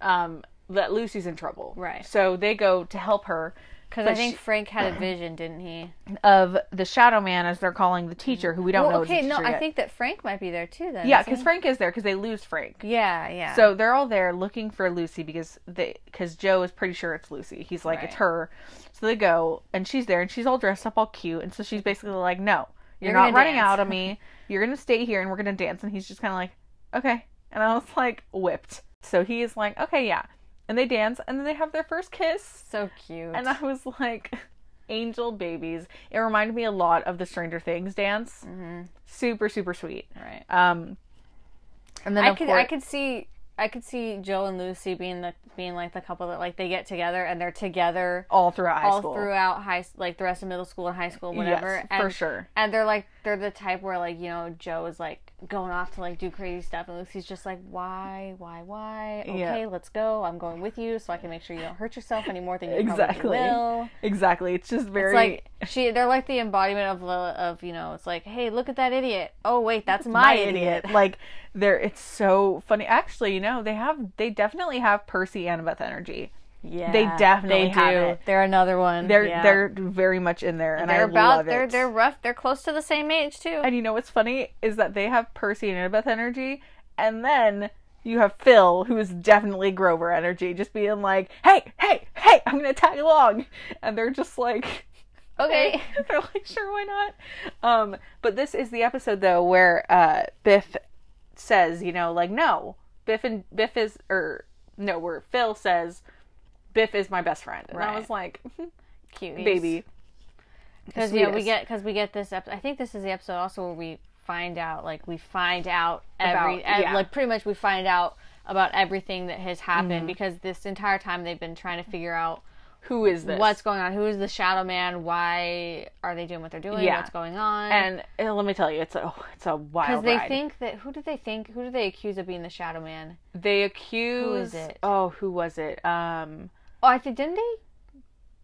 um, that Lucy's in trouble. Right. So they go to help her Because I think Frank had a vision, didn't he? of the Shadow Man, as they're calling the teacher, who we don't know. Well, is the okay, no, teacher I yet. think that Frank might be there too. Then yeah, isn't because he? Frank is there because they lose Frank. yeah, yeah. So they're all there looking for Lucy because they because Joe is pretty sure it's Lucy. He's like it's Right. her. So they go and she's there and she's all dressed up all cute and so she's basically like no, you're, You're not gonna running dance." out on me. You're going to stay here and we're going to dance and he's just kind of like okay. And I was like whipped. So he is like okay, yeah. And they dance and then they have their first kiss so cute. and I was like angel babies. It reminded me a lot of the Stranger Things dance. Mm-hmm. Super super sweet. right. Um and then I of could course- I could see I could see Joe and Lucy being the being like the couple that like they get together and they're together all throughout high all school. throughout high s- like the rest of middle school and high school whatever. Yes, and, for sure. And they're like they're the type where like you know Joe is like going off to like do crazy stuff and Lucy's just like why why why Yeah. okay let's go I'm going with you so I can make sure you don't hurt yourself any more than you probably Exactly. will. Exactly. It's just very It's like she they're like the embodiment of the of you know it's like hey look at that idiot oh wait that's my, idiot. Like there it's so funny. Actually, you know, they have they definitely have Percy Annabeth energy. Yeah, They definitely they have do. it. They're another one. They're Yeah. they're very much in there and they're I about love it. they're they're rough. They're close to the same age too. and you know what's funny is that they have Percy and Annabeth energy and then you have Phil, who is definitely Grover energy, just being like, Hey, hey, hey, I'm gonna tag along and they're just like okay, They're like, sure, why not? Um, but this is the episode though where uh, Biff says, you know, like no, Biff and Biff is or no, where Phil says Biff is my best friend, and I Right. was like, hmm, cute baby, Because yeah, we sweetest. get because we get this episode. I think this is the episode also where we find out like we find out every About- ev- yeah. like pretty much we find out about everything that has happened because this entire time they've been trying to figure out who is this? what's going on. Who is the Shadow Man? Why are they doing what they're doing? Yeah. What's going on? and uh, let me tell you, it's a oh, it's a because wild they ride. think that who do they think who do they accuse of being the Shadow Man? they accuse. is it? Oh, who was it? Um, Oh, I think didn't they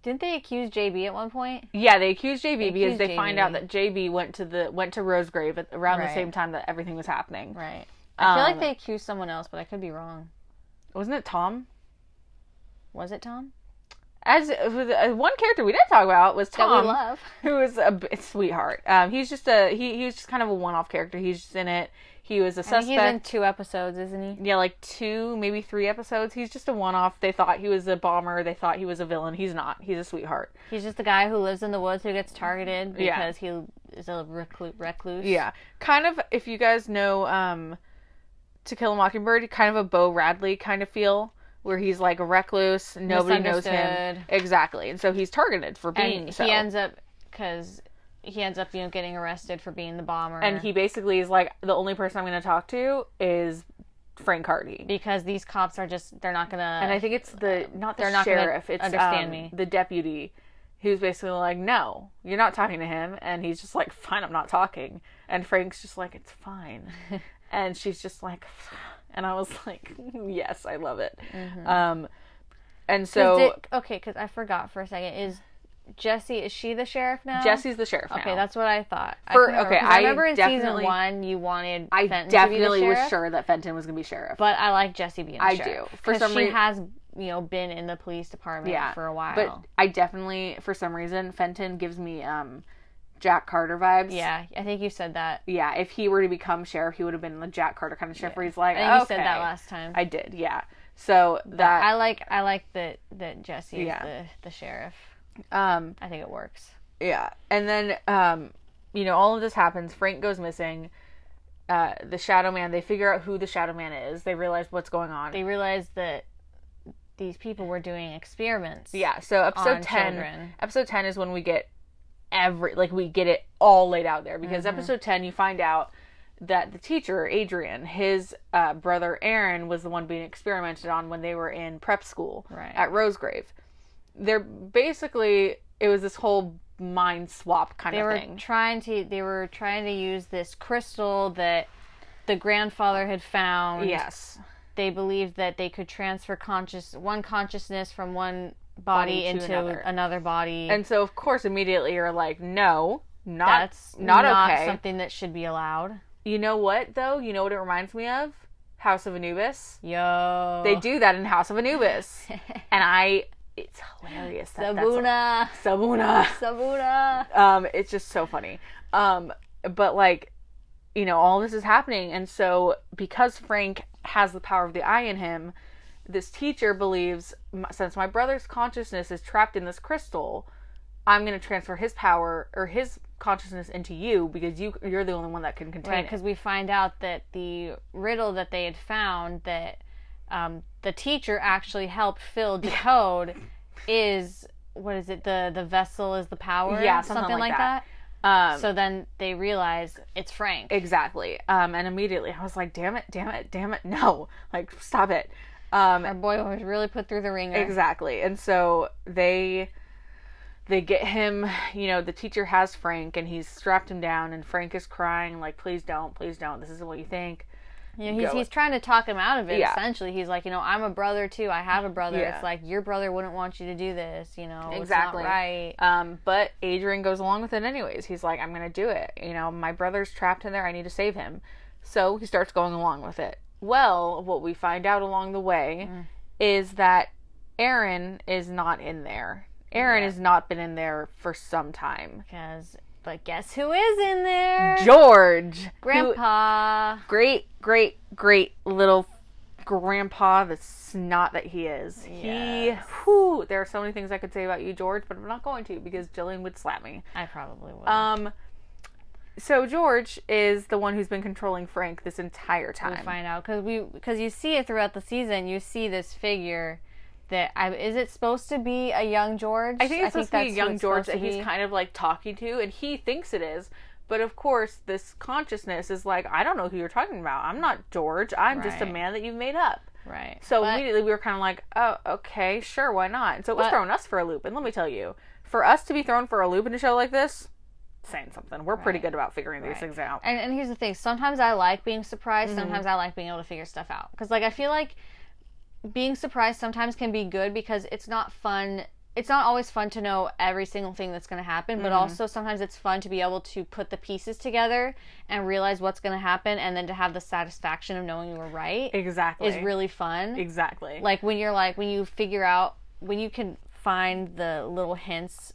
didn't they accuse JB at one point? yeah, they accuse JB because accuse they find out JB. that JB went to the went to Rosegrave at, around the Right. same time that everything was happening. Right. I feel Um, like they accused someone else, but I could be wrong. Wasn't it Tom? Was it Tom? as with uh, one character we didn't talk about was That Tom, we love. who is a b- sweetheart. Um, he's just a he. He was just kind of a one-off character. He's just in it. He was a He's in suspect. two episodes, isn't he? Yeah, like two, maybe three episodes. He's just a one-off. They thought he was a bomber. They thought he was a villain. He's not. He's a sweetheart. He's just the guy who lives in the woods who gets targeted Yeah. because he is a recluse. recluse. Yeah, kind of. If you guys know, um, To Kill a Mockingbird, kind of a Bo Radley kind of feel. Where he's like a recluse, nobody knows him Misunderstood. exactly, and so he's targeted for being And so. he ends up because he ends up you know getting arrested for being the bomber and he basically is like the only person I'm going to talk to is Frank Hardy. because these cops are just they're not gonna And I think it's the not the they're not gonna sheriff, it's understand um, me. the deputy who's basically like, "No, you're not talking to him." And he's just like, "Fine, I'm not talking." And Frank's just like, "It's fine." and she's just like and I was like, "Yes, I love it." Um and so Mm-hmm. Is it- uh, okay because I forgot for a second is Jesse is she the sheriff now? Jesse's the sheriff Okay, now. that's what I thought. I For- couldn't remember, okay, 'cause I I remember in season definitely- one you wanted I Fenton definitely to be the was sheriff, sure that Fenton was going to be sheriff. but I like Jesse being. The I sheriff, do. For 'cause some she rea- has you know been in the police department for a while. But I definitely, for some reason, Fenton gives me um Jack Carter vibes. Yeah, I think you said that. Yeah, if he were to become sheriff, he would have been the Jack Carter kind of sheriff where he's like, I think you okay. said that last time. I did, yeah. So But I that like I like that that Jesse is Yeah. the, the sheriff. um I think it works. yeah, and then um you know all of this happens. Frank goes missing. Uh, the Shadow Man. They figure out who the Shadow Man is. They realize what's going on. They realize that these people were doing experiments. yeah. So episode on ten. children. Episode ten is when we get every like we get it all laid out there because Mm-hmm. episode ten you find out that the teacher Adrian, his uh, brother Aaron, was the one being experimented on when they were in prep school Right. at Rosegrave. They're basically it was this whole mind swap kind They of were thing. trying to they were trying to use this crystal that the grandfather had found. Yes. They believed that they could transfer conscious one consciousness from one body, Body to into another. another, body. And so, of course, immediately you're like, no, not that's not, okay. something that should be allowed. You know what though? You know what it reminds me of? House of Anubis. Yo. They do that in House of Anubis, and I. It's hilarious. That Sabuna. That's Sabuna. Sabuna. Um, it's just so funny. Um, but like, you know, all this is happening, and so because Frank has the power of the eye in him, this teacher believes "M- since my brother's consciousness is trapped in this crystal, I'm going to transfer his power or his consciousness into you because you you're the only one that can contain Right, it. because we find out that the riddle that they had found that um, the teacher actually helped Phil decode is what is it? The the vessel is the power. Yeah, something like that. Um, So then they realize it's Frank. exactly. Um, and immediately I was like, damn it, damn it, damn it, no, like stop it. Um, Our boy was really put through the ringer. exactly and so they they get him you know the teacher has frank and he's strapped him down and frank is crying like please don't please don't this isn't what you think You know, he's Go. he's trying to talk him out of it. Yeah. Essentially, he's like, you know, I'm a brother too. I have a brother. Yeah. It's like your brother wouldn't want you to do this. You know, Exactly. It's not right. um but adrian goes along with it anyways he's like i'm gonna do it you know my brother's trapped in there i need to save him so he starts going along with it well what we find out along the way is that aaron is not in there aaron has not been in there for some time Because, but guess who is in there? george who- Grandpa. great, great, great little grandpa, the snot that he is. Yes. He, whew, there are so many things I could say about you, George, but I'm not going to because Jillian would slap me. I probably would. Um, so George is the one who's been controlling Frank this entire we time. find out because we because you see it throughout the season. You see this figure that I, is it supposed to be a young George? I think it's supposed to be who young it's George supposed to that he's be. kind of like talking to, and he thinks it is. But of course, this consciousness is like, I don't know who you're talking about. I'm not George. I'm just a Right. man that you've made up. right. So But- immediately we were kind of like, oh, okay, sure, why not? And so it was But- throwing us for a loop. And let me tell you, for us to be thrown for a loop in a show like this, saying something. We're pretty Right. good about figuring these things out. And, and here's the thing sometimes I like being surprised, sometimes I like being able to figure stuff out. Because, like, I feel like being surprised sometimes can be good because it's not fun. It's not always fun to know every single thing that's going to happen, but also sometimes it's fun to be able to put the pieces together and realize what's going to happen and then to have the satisfaction of knowing you were right Exactly. is really fun. exactly. Like, when you're like, when you figure out, when you can find the little hints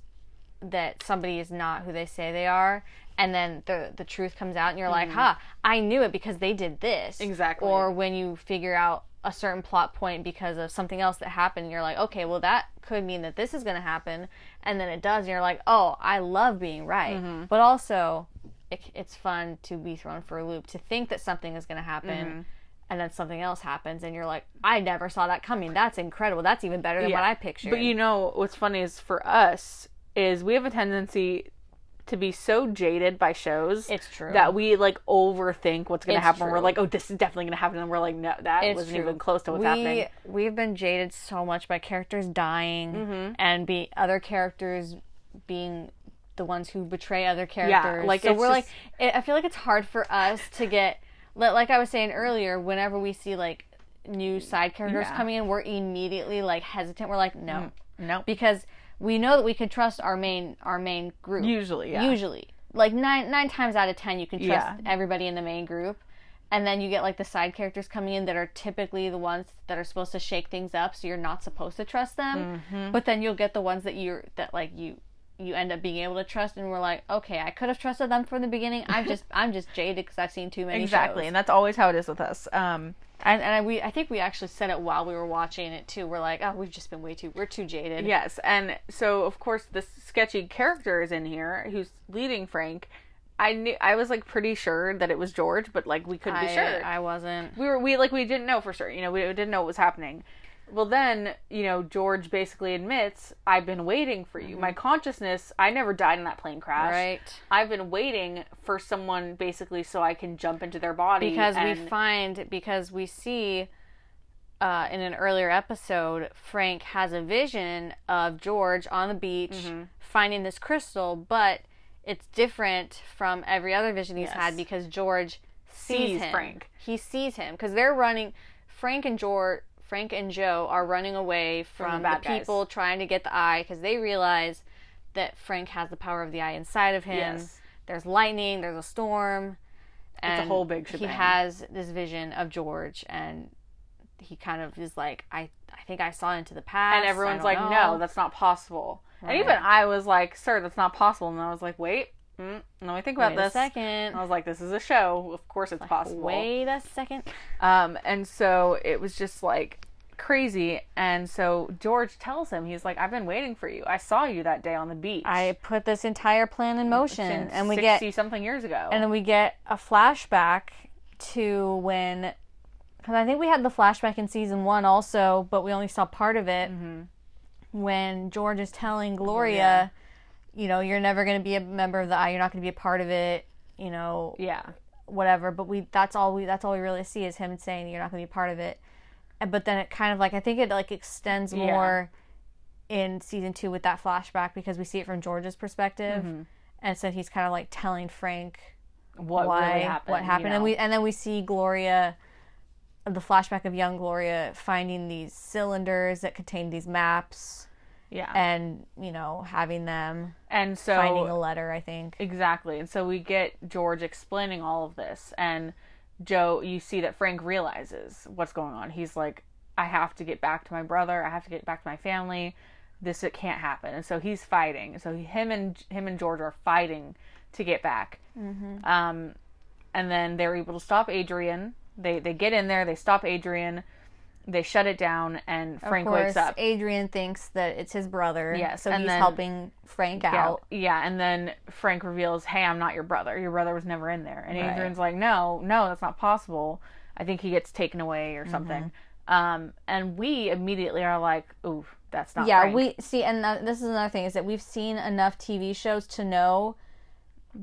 that somebody is not who they say they are and then the the truth comes out and you're like ha i knew it because they did this Mm-hmm. Exactly. or when you figure out a certain plot point because of something else that happened you're like okay well that could mean that this is going to happen and then it does and you're like oh i love being right Mm-hmm. but also it, it's fun to be thrown for a loop to think that something is going to happen Mm-hmm. and then something else happens and you're like i never saw that coming that's incredible that's even better than what Yeah. i pictured But you know what's funny is for us is we have a tendency to be so jaded by shows it's true that we like overthink what's going to It's happen. We're true. like, oh, this is definitely going to happen, and we're like, no, that It's wasn't true. even close to what's we, happening. We've been jaded so much by characters dying and be other characters being the ones who betray other characters. like, so it's we're just- like, I I feel like it's hard for us to get, li- like I was saying earlier, whenever we see like new side characters Yeah. coming in, we're immediately like hesitant. We're like, no, No, because we know that we can trust our main our main group usually, yeah. usually like nine nine times out of ten you can trust Yeah. everybody in the main group and then you get like the side characters coming in that are typically the ones that are supposed Mm-hmm. to shake things up so you're not supposed to trust them but then you'll get the ones that you're that like you you end up being able to trust and we're like okay i could have trusted them from the beginning i'm just i'm just jaded because i've seen too many exactly, shows and that's always how it is with us. Um, and, and I, we i think we actually said it while we were watching it too we're like oh we've just been way too we're too jaded yes, and so of course this sketchy character is in here who's leading Frank. I knew I was like pretty sure that it was George, but like we couldn't I, be sure. I wasn't we were we like we didn't know for sure. You know, we didn't know what was happening. Well, then you know George basically admits, "I've been waiting for you. My consciousness. I never died in that plane crash. Mm-hmm. right I've been waiting for someone basically so I can jump into their body because we and- find because we see uh, in an earlier episode frank has a vision of george on the beach Mm-hmm. finding this crystal but it's different from every other vision he's had Yes. because george sees, Sees him. Frank. he sees him because they're running frank and george frank and joe are running away from, the, bad guys. people trying to get the eye because they realize that frank has the power of the eye inside of him Yes. there's lightning there's a storm a and whole big He shebang. has this vision of George, and he kind of is like, I, I think I saw into the past. and I everyone's don't like, know." no, that's not possible. Right. And even I was like, sir, that's not possible. And I was like, wait, mm, let me think about wait this. a second. I was like, this is a show. Of course it's possible. Wait a second. Um, and so it was just like crazy. And so George tells him, he's like, I've been waiting for you. I saw you that day on the beach. I put this entire plan in motion, and we 60 get something years ago. and then we get a flashback to when, because I think we had the flashback in season one also, but we only saw part of it. When George is telling Mm-hmm. Gloria, you know, you're never going to be a member of the Eye. You're not going to be a part of it. You know, yeah. whatever but we that's all we that's all we really see is him saying you're not going to be part of it And- but then it kind of like i think it like extends more in season two with that flashback because we see it from george's perspective Mm-hmm. and so he's kind of like telling frank What why really happened? what you happened and know? we and then we see gloria the flashback of young gloria finding these cylinders that contain these maps yeah. and you know having them and so finding a letter i think Exactly. And so we get George explaining all of this and Joe you see that Frank realizes what's going on. He's like I have to get back to my brother. I have to get back to my family. This it can't happen. And so he's fighting. So him and him and George are fighting to get back. Mm-hmm. Um and then they're able to stop Adrian. They they get in there, they stop Adrian. They shut it down and Frank of course, wakes up. Adrian thinks that it's his brother. Yes, so and he's then- helping Frank out. Yeah, yeah, and then Frank reveals, "Hey, I'm not your brother. Your brother was never in there." And Right. Adrian's like, "No, no, that's not possible. I think he gets taken away or something." Um, and we immediately are like, "Ooh, that's not." Yeah, Frank." we see, and that, this is another thing is that we've seen enough TV shows to know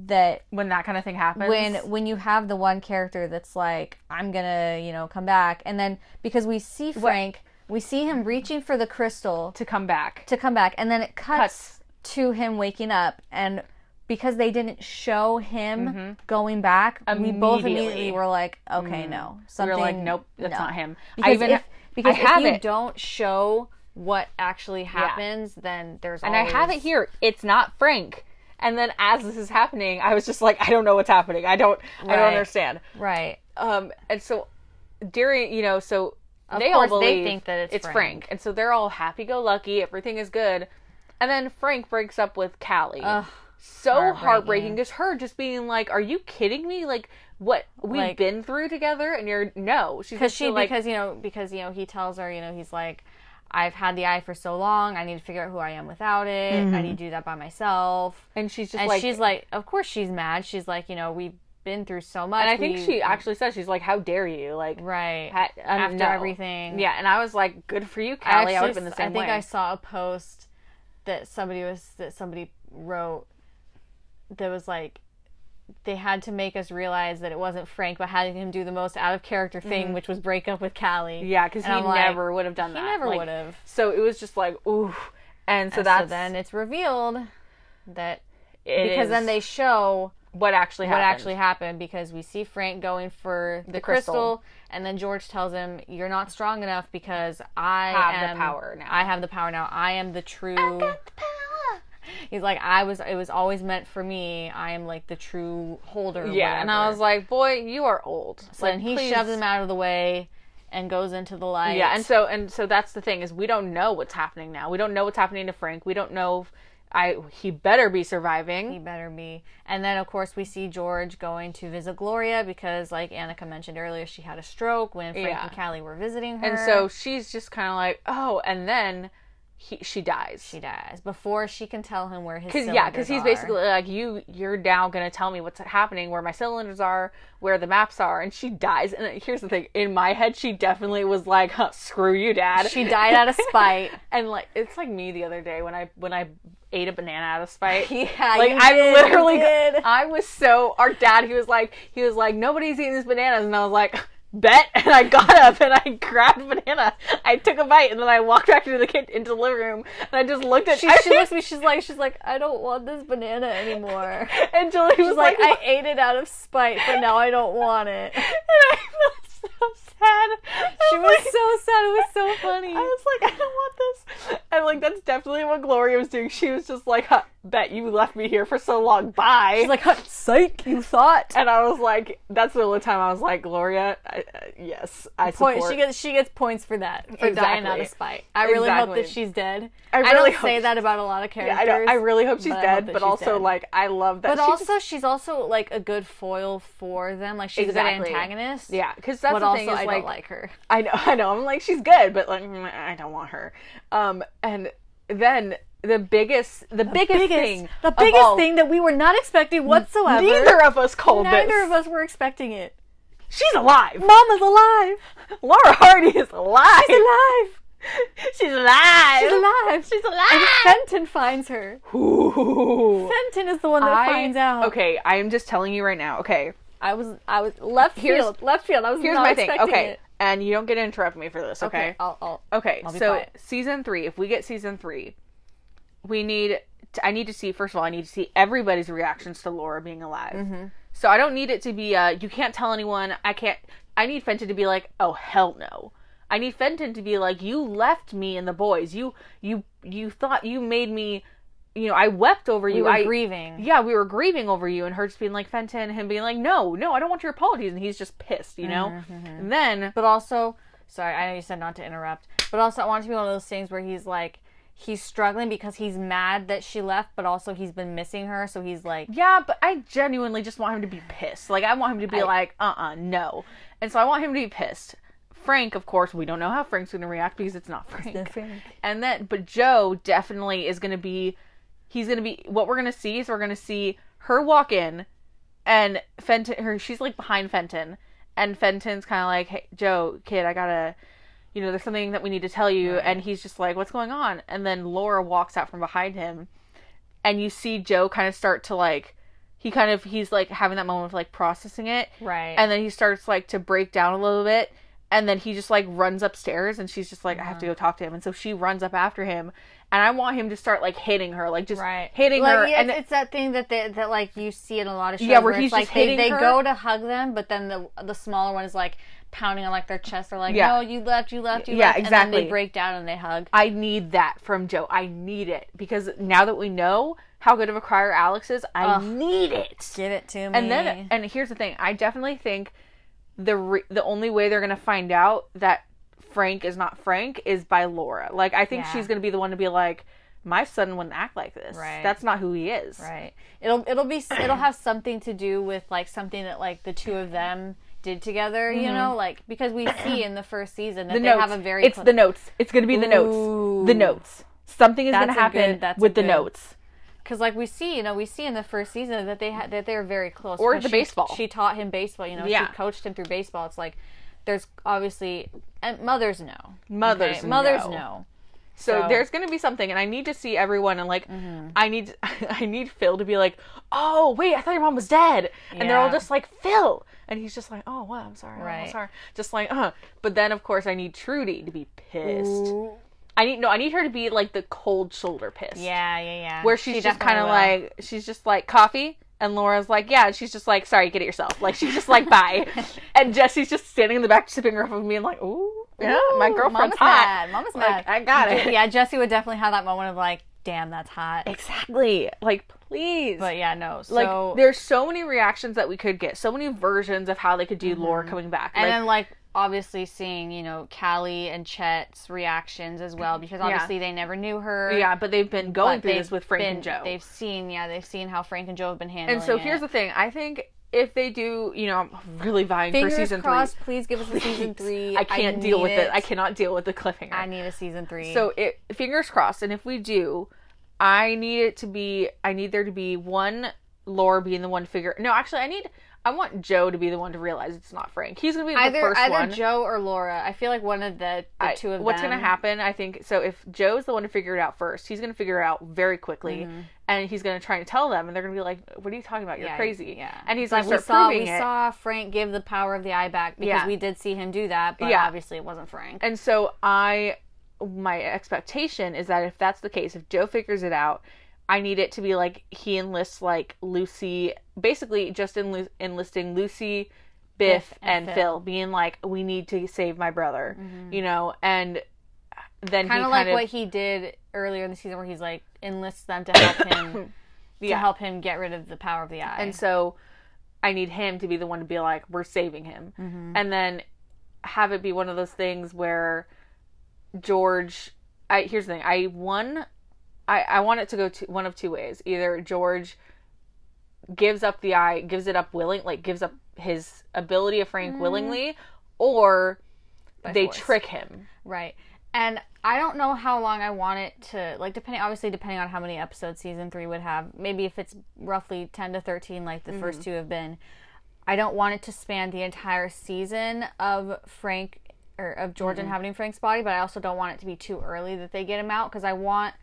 that when that kind of thing happens. when when you have the one character that's like, I'm gonna, you know, come back, and then because we see Frank, we see him reaching for the crystal to come back, to come back, and then it cuts, Cuts. to him waking up and. Because they didn't show him going back, we both Mm-hmm. Immediately. Mm. immediately were like, "Okay, no, we something." are like, "Nope, that's not him." Because I even if, because I have if you it, don't show what actually happens, then there's and I have it here. It's not Frank. And then as this is happening, I was just like, "I don't know what's happening. I don't. I Right. don't understand." right. um and so during you know so they course all they believe think that it's frank. Frank. and so they're all happy-go-lucky everything is good and then frank breaks up with callie so heartbreaking just her just being like are you kidding me like what we've Like- been through together and you're no she's Because just she, like because you know, because you know, he tells her, you know, he's like, I've had the eye for so long. I need to figure out who I am without it. I need to do that by myself. and she's just And Mm-hmm. like she's like, of course she's mad. She's like, you know, we've been through so much. and i think we- she actually says she's like how dare you like right ha- uh, after no. everything. yeah and i was like good for you callie i, would have been actually the s- same I think way I saw a post that somebody was that somebody wrote that was like they had to make us realize that it wasn't Frank, but having him do the most out of character thing, which was break up with Callie. Mm-hmm. yeah because he And I'm like, never would have done he that never Like, would have. so it was just like ooh and so So that's then it's revealed that it because then is they show what actually what happened. actually happened because we see Frank going for the, crystal. crystal. and then George tells him, "You're not strong enough because I Have the am- power now." I have the power now. I am the true. He's like, I was. It was always meant for me. I am like the true holder. yeah, and I was like, "Boy, you are old." so then he shoves him out of the way and goes into the light. Yeah, and so and so that's the thing is we don't know what's happening now. We don't know what's happening to Frank. We don't know. If, I he better be surviving. He better be. And then, of course, we see George going to visit Gloria because, like Annika mentioned earlier, she had a stroke when Frank Yeah. and Callie were visiting her. and so she's just kind of like, oh, and then he she dies. she dies before she can tell him where his Because yeah, because cylinders are. he's basically like, you you're now gonna tell me what's happening, where my cylinders are, where the maps are, and she dies. And here's the thing: in my head, she definitely was like, huh, screw you, dad. she died out of spite. and like it's like me the other day when I when I ate a banana out of spite. Yeah, like you I did, you literally did. I was so our dad he was like he was like nobody's eating these bananas and I was like bet and I got up and I grabbed a banana. I took a bite and then I walked back into the kitchen into the living room and I just looked at She, I- she looks at me. She's like, she's like, I don't want this banana anymore. and Julie was She's like, I like, Oh ate it out of spite, but now I don't want it. and I felt so sad. I She was so sad. It was so funny. I was like, I don't want this. And like, that's definitely what Gloria was doing. She was just like, huh, bet you left me here for so long. Bye. She's like, huh, psych, you thought. and I was like, that's the only time I was like, Gloria, I, uh, yes, I support. Point. She gets she gets points for that for dying out Exactly. of spite. I really hope that Exactly. she's dead. I I, really don't hope say she- that about a lot of Yeah, characters. I, don't, I really hope she's but I hope dead, that but she's also dead. like, I love that. But she also, she's also like a good foil for them. Like she's a Exactly. good antagonist. yeah, because that's But the also, thing is I like, don't like her. I know, I know. I'm like, she's good, but like, mm, I don't want her. Um, and then the biggest, the, biggest, thing, the of biggest all- thing that we were not expecting whatsoever. Neither of us called neither this. of us were expecting it. She's alive. Mama's alive. Laura Hardy is alive. She's alive. She's alive. She's alive. She's And alive. Fenton finds her. Ooh. Fenton is the one that I- finds out. Okay, I am just telling you right now. Okay, I was I was left Here's- field. Left field. I was here's not my thing. expecting Okay, it. Oh, and you don't get to interrupt me for this. Okay. I'll, I'll Okay. I'll be so quiet. season three. If we get season three, we need. To, I need to see. First of all, I need to see everybody's reactions to Laura being alive. Mm-hmm. So I don't need it to be. Uh, you can't tell anyone. I can't. I need Fenton to be like, oh hell no. I need Fenton to be like, you left me and the boys. You you you thought you made me. You know, I wept over you. you were I grieving. yeah, we were grieving over you, and her just being like Fenton, and him being like, no, no, I don't want your apologies, and he's just pissed, you know. And then But also, sorry, I know you said not to interrupt, but also I want it to be one of those things where he's like, he's struggling because he's mad that she left, but also he's been missing her, so he's like, yeah, but I genuinely just want him to be pissed. Like I want him to be like, uh, uh no, and so I want him to be pissed. Frank, of course, we don't know how Frank's going to react because it's not Frank. And then, but Joe definitely is going to be, he's going to be, what we're going to see is we're going to see her walk in and Fenton, her, she's like behind Fenton. And Fenton's kind of like, hey, Joe, kid, I got to, you know, there's something that we need to tell you. And he's just like, what's going on? And then Laura walks out from behind him. And you see Joe kind of start to like, he kind of, he's like having that moment of like processing it. right. And then he starts like to break down a little bit. And then he just like runs upstairs and she's just like, I have Uh-huh. to go talk to him. And so she runs up after him. And I want him to start like hitting her, like just Right, hitting like, her. yeah, and it's that thing that they, that like you see in a lot of shows. Yeah, where it's he's like just they, hitting they her. go to hug them, but then the the smaller one is like pounding on like their chest. They're like, Yeah. "No, you left, you left, you Yeah, left." And then exactly. they break down and they hug. I need that from Joe. I need it because now that we know how good of a crier Alex is, I need it. Give it to me. And then, and here's the thing: I definitely think the re- the only way they're gonna find out that Frank is not Frank is by Laura. Like, I think Yeah. she's gonna be the one to be like, "My son wouldn't act like this. Right. That's not who he is." Right. It'll it'll be it'll have something to do with like something that like the two of them did together. You know, like because we see in the first season that Mm-hmm. The they notes. have a very it's cl- the notes. It's gonna be the notes. The Ooh. notes. Something is That's gonna a happen good- that's a with the good- notes. because like we see you know we see in the first season that they had that they're very close Or 'cause the she- baseball. she taught him baseball you know Yeah. she coached him through baseball it's like there's obviously and mothers know Mothers okay? mothers know. know So, So- Mm-hmm. there's gonna be something, and I need to see everyone, and like, I need, I need Phil to be like, oh wait, I thought your mom was dead, and they're all Yeah. just like Phil, and he's just like, oh wow, I'm sorry, oh, I'm Right. sorry, just like, uh. But then of course I need Trudy to be pissed. I need no, I need her to be like the cold shoulder pissed, yeah yeah yeah where she's She just definitely kind of will. like, she's just like coffee. And Laura's like, yeah, and she's just like, sorry, get it yourself. Like, she's just like, bye. and Jesse's just standing in the back, sipping her off of me, and like, ooh, yeah, my Ooh, girlfriend's mama's hot. mad mama's Like, mad I got it. yeah Jesse would definitely have that moment of like damn that's hot Exactly. Like, please. but yeah no so like, there's so many reactions that we could get, so many versions of how they could do Laura coming back. Mm-hmm. and like, then like obviously seeing, you know, Callie and Chet's reactions as well because obviously they never knew her. Yeah, but they've been but going through they've this with Frank been- and Joe. They've seen, yeah, they've seen how Frank and Joe have been handling And so it. here's the thing. I think if they do, you know, I'm really vying fingers for season crossed. three. Please give us a season three. I can't deal need with it. I cannot deal with the cliffhanger. I need a season three. so it fingers crossed. And if we do, I need it to be. I need there to be one Laura being the one figure. No, actually, I need. I want Joe to be the one to realize it's not Frank. He's gonna be either the first either one. Joe or Laura. I feel like one of the, the I- two of what's them. gonna happen i think so if joe's the one to figure it out first he's gonna figure it out very quickly and he's gonna try and tell them and they're gonna be like what are you talking about you're Mm-hmm. Yeah, crazy yeah. and It's he's like gonna we start saw proving we it saw Frank give the power of the eye back because Yeah. we did see him do that, but Yeah. obviously it wasn't Frank. and so i my expectation is that if that's the case if joe figures it out i need it to be like he enlists like lucy basically just enli- enlisting lucy biff, Biff and and, phil. being like we need to save my brother you know and then kind he of Mm-hmm. like kind of what he did earlier in the season where he's like enlists them to help him to Yeah. help him get rid of the power of the eye And so I need him to be the one to be like, we're saving him. Mm-hmm. And then have it be one of those things where George, I, here's the thing. I one, I, I want it to go to one of two ways. Either George gives up the eye, gives it up willing, like gives up his ability of Frank willingly, or they Mm-hmm. force. trick him. right and i don't know how long i want it to like depending obviously depending on how many episodes season three would have maybe if it's roughly 10 to 13 like the first two have been i don't want it to span the entire season of frank or of george inhabiting frank's body but i also don't want it to be too early that they get him out because i want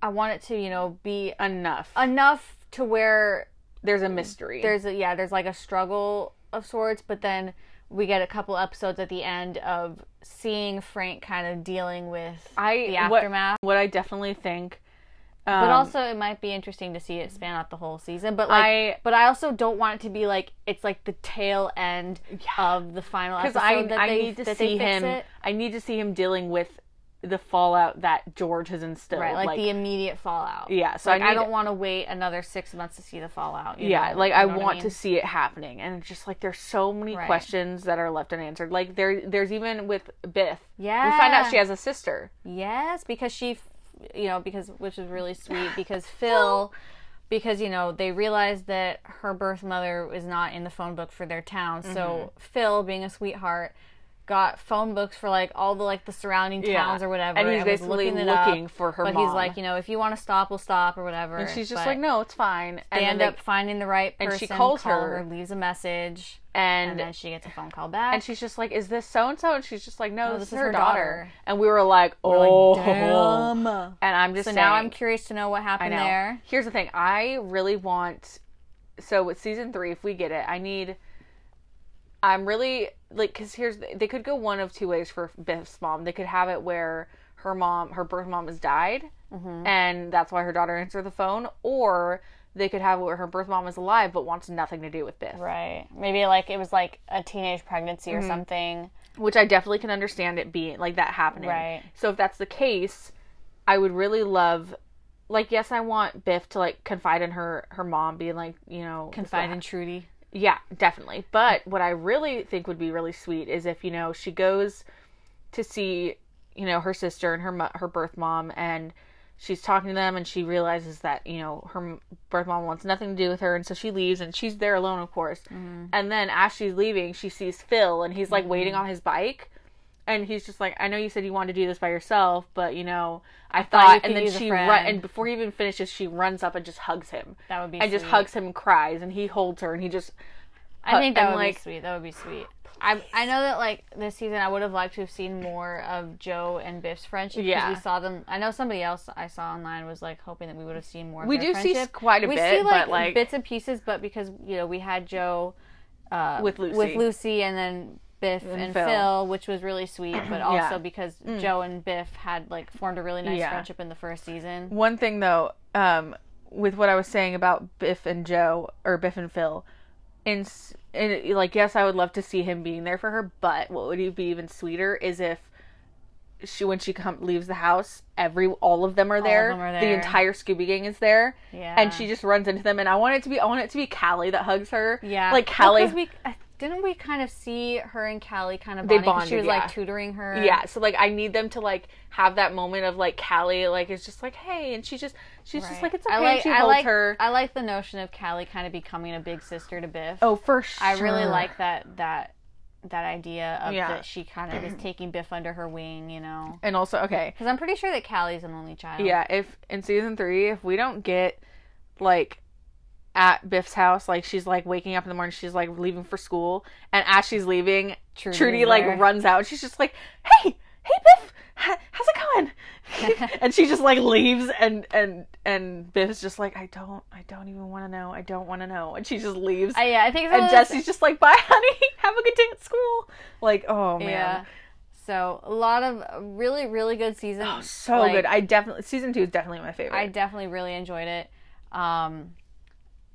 i want it to you know be Enough. enough to where There's a mystery. there's a, yeah there's like a struggle of sorts but then we get a couple episodes at the end of seeing frank kind of dealing with I, the what- aftermath What, I definitely think. Um, but also it might be interesting to see it span out the whole season but like I- but i also don't want it to be like it's like the tail end of the final because episode I, that I they, need to that see they fix him. it. I need to see him dealing with the fallout that George has instilled. right like, the immediate fallout yeah. So like, I, I, need, don't want to wait another six months to see the fallout you Yeah, know- like you I know what want to mean? see it happening, and it's just like there's so many Right. questions that are left unanswered. Like there, there's even with Biff. yeah We find out she has a sister. Yes, because she, f- you know, because which is really sweet because Phil, because you know they realized that her birth mother is not in the phone book for their town. Mm-hmm. So Phil, being a sweetheart, got phone books for like all the like the surrounding Yeah. towns or whatever. And he's was basically it up, looking for her But he's mom. like, you know, if you want to stop, we'll stop or whatever. And she's just But like, no, it's fine. They and end then up finding the right person. she calls call her. leaves a message, they- and. and and then she gets a phone call back. she's just like, "Is this so and so?" And she's just like, "No, this, is her daughter. daughter. And we were like, like, "Oh." damn. And I'm just so now saying- I'm curious to know what happened know. there. Here's the thing. I really want. So with season three, if we get it, I need. I'm really like because here's they could go one of two ways for Biff's mom. They could have it where her mom, her birth mom, has died, and that's why her daughter answered the phone, or they could have it where her birth mom is alive but wants nothing to do with Biff. Right. Maybe like it was like a teenage pregnancy or something. which I definitely can understand it being like that happening. Right. So if that's the case, I would really love like yes, I want Biff to like confide in her her mom being like, you know, Confide in Trudy. Yeah, definitely. But what I really think would be really sweet is if, you know, she goes to see, you know, her sister and her mo- her birth mom and she's talking to them and she realizes that, you know, her m- birth mom wants nothing to do with her and so she leaves and she's there alone, of course. Mm-hmm. And then as she's leaving, she sees Phil and he's like waiting on his bike. And he's just like, I know you said you wanted to do this by yourself, but you know, I, thought thought. you could and then use a she friend." run, and before he even finishes, she runs up and just hugs him That would be and sweet. just hugs him and cries and he holds her and he just I think that and, would like- be sweet. That would be sweet. I I know that like this season I would have liked to have seen more of Joe and Biff's friendship because Yeah. we saw them. I know somebody else I saw online was like hoping that we would have seen more. Of We their do see friendship. quite a we bit, see like, but, like- bits and pieces, but because you know we had Joe uh, With Lucy. with Lucy, and then Biff and, Phil. Mm. Phil. which was really sweet, but also because Joe and Biff had like formed a really nice Yeah. friendship in the first season. one thing though um with what i was saying about biff and joe or biff and phil and, s- and like yes i would love to see him being there for her but what would be even sweeter is if she when she come leaves the house every all of them are there, them are the there. entire scooby gang is there Yeah. and she just runs into them and i want it to be i want it to be callie that hugs her Yeah, like Well, callie 'cause we, I Didn't we kind of see her and Callie kind of They bonding? 'cause she was bonded, yeah. like tutoring her. Yeah, so like I need them to like have that moment of like Callie like is just like hey, and she just she's just Right. like it's I okay. and like, she I holds like her. I like the notion of Callie kind of becoming a big sister to Biff. oh, for sure. I really like that that that idea of Yeah. that she kind of is taking Biff under her wing, you know. And also, okay, Because I'm pretty sure that Callie's an only child. yeah. If in season three, if we don't get like at Biff's house, like she's like waking up in the morning, she's like leaving for school, and as she's leaving, Trudy Trudy, is like there. runs out. And she's just like, hey, hey, Biff, h- how's it going? and she just like leaves, and and and Biff's just like, I don't, I don't even want to know. I don't want to know. And she just leaves. I, Uh, yeah, I think it's one and of those- Jesse's just like, "Bye, honey. Have a good day at school." Like, oh man, Yeah. So a lot of really, really good seasons. so Like, good. I definitely season two is definitely my favorite. I definitely really enjoyed it. Um,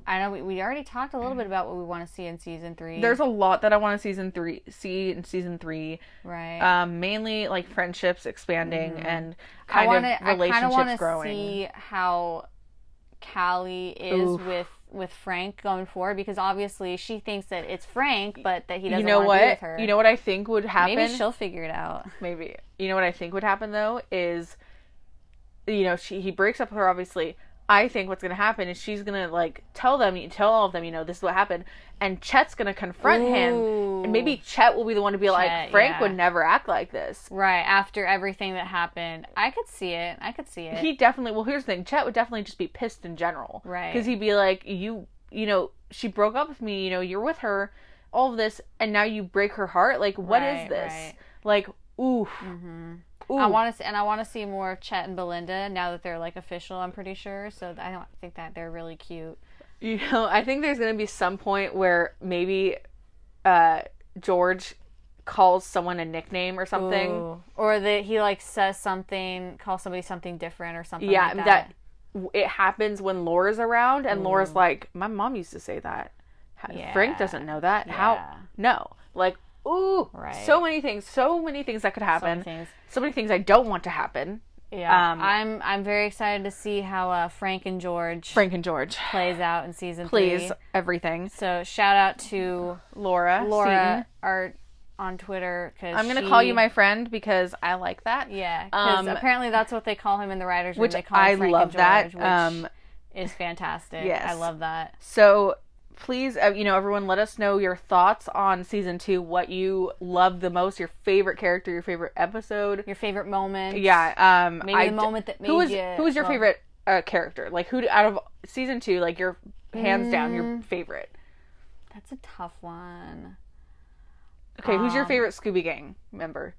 I know we, we already talked a little bit about what we want to see in season three. There's a lot that I want to season three see in season three. right. Um, mainly like friendships expanding and Mm-hmm. I kind want of to. I kind of relationships want to growing. see how Callie is Oof. with with Frank going forward because obviously she thinks that it's Frank, but that he you doesn't know want to be what? with her. You know what I think would happen? maybe she'll figure it out. maybe you know what I think would happen though is you know she he breaks up with her obviously I think what's gonna happen is she's gonna like tell them tell all of them you know this is what happened and Chet's gonna confront him Ooh. and maybe Chet will be the one to be like Chet, Frank yeah. would never act like this Right after everything that happened, I could see it. I could see it. he definitely well here's the thing Chet would definitely just be pissed in general Right. because he'd be like you you know she broke up with me you know you're with her all of this and now you break her heart like what Right, is this right. Mm-hmm. like oof ooh I want to see, and I want to see more of Chet and Belinda now that they're like official. I'm pretty sure, so I don't think that they're really cute. You know, I think there's gonna be some point where maybe uh George calls someone a nickname or something. Ooh. or that he like says something, calls somebody something different or something. yeah, like that. that. it happens when Laura's around, and Laura's like, "My mom used to say that. Ha- Frank Mm. Yeah. doesn't know that. Yeah. How? No, like." Ooh, Right. so many things, so many things that could happen. many things. So many things I don't want to happen. Yeah, Um, I'm I'm very excited to see how uh, Frank and George Frank and George, plays out in season please, three. everything. So shout out to Laura, Laura Art on Twitter because I'm gonna call you my friend because I like that. yeah. 'cause uh, um, apparently that's what they call him in the writers' room. which they call him I Frank love and that. George, which Um, is fantastic. yes. I love that. So please, uh, you know, everyone, let us know your thoughts on season two, what you love the most, your favorite character, your favorite episode. Your favorite moment? Yeah. Um, Maybe I the d- moment that made who was you. who was your well, favorite uh, character? Like who d- out of season two? Like your hands down, your Mm. favorite. That's a tough one. Okay, who's Um, your favorite Scooby Gang member?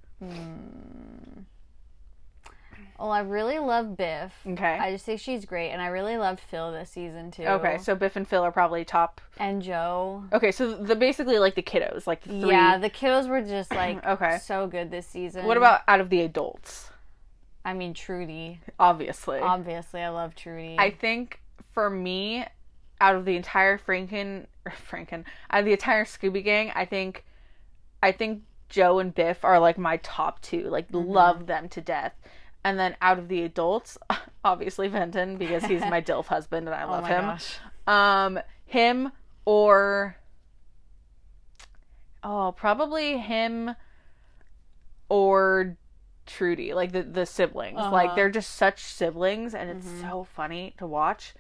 Well, Oh, I really love Biff. Okay. I just think she's great, and I really loved Phil this season too. okay, so Biff and Phil are probably top. and Joe. Okay, so the basically like the kiddos, like the three. Yeah, the kiddos were just like Okay. so good this season. What about out of the adults? I mean Trudy. Obviously. Obviously, I love Trudy. I think for me, out of the entire Franken or Franken, out of the entire Scooby Gang, I think, I think Joe and Biff are like my top two. Like Mm-hmm. love them to death. And then out of the adults, obviously Fenton because he's my Dilf husband and I oh love my him. gosh. Um, him or oh, probably him or Trudy, like the the siblings. Uh-huh. Like they're just such siblings, and it's Mm-hmm. so funny to watch.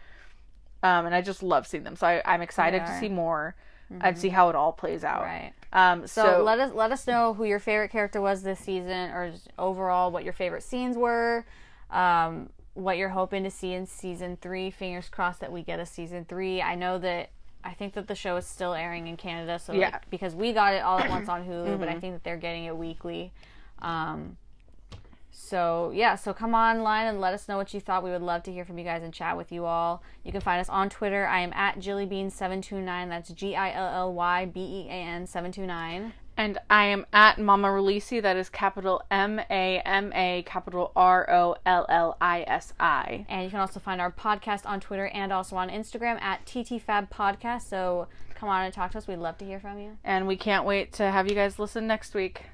Um, and I just love seeing them, so I, I'm excited to are. Mm-hmm. see more and see how it all plays out. Right. Um, So, so, let us let us know who your favorite character was this season, or just overall what your favorite scenes were, um, what you're hoping to see in season three. Fingers crossed that we get a season three. I know that I think that the show is still airing in Canada, so Yeah. like, because we got it all at once on Hulu, but I think that they're getting it weekly. Um, so yeah, so come online and let us know what you thought. We would love to hear from you guys and chat with you all. You can find us on Twitter. I am at jillybean729. That's G I L L Y B E A N 729. and I am at Mama Rolisi. That is capital M A M A capital R O L L I S I. And you can also find our podcast on Twitter and also on Instagram at TTFab Podcast. So come on and talk to us. We'd love to hear from you. And we can't wait to have you guys listen next week.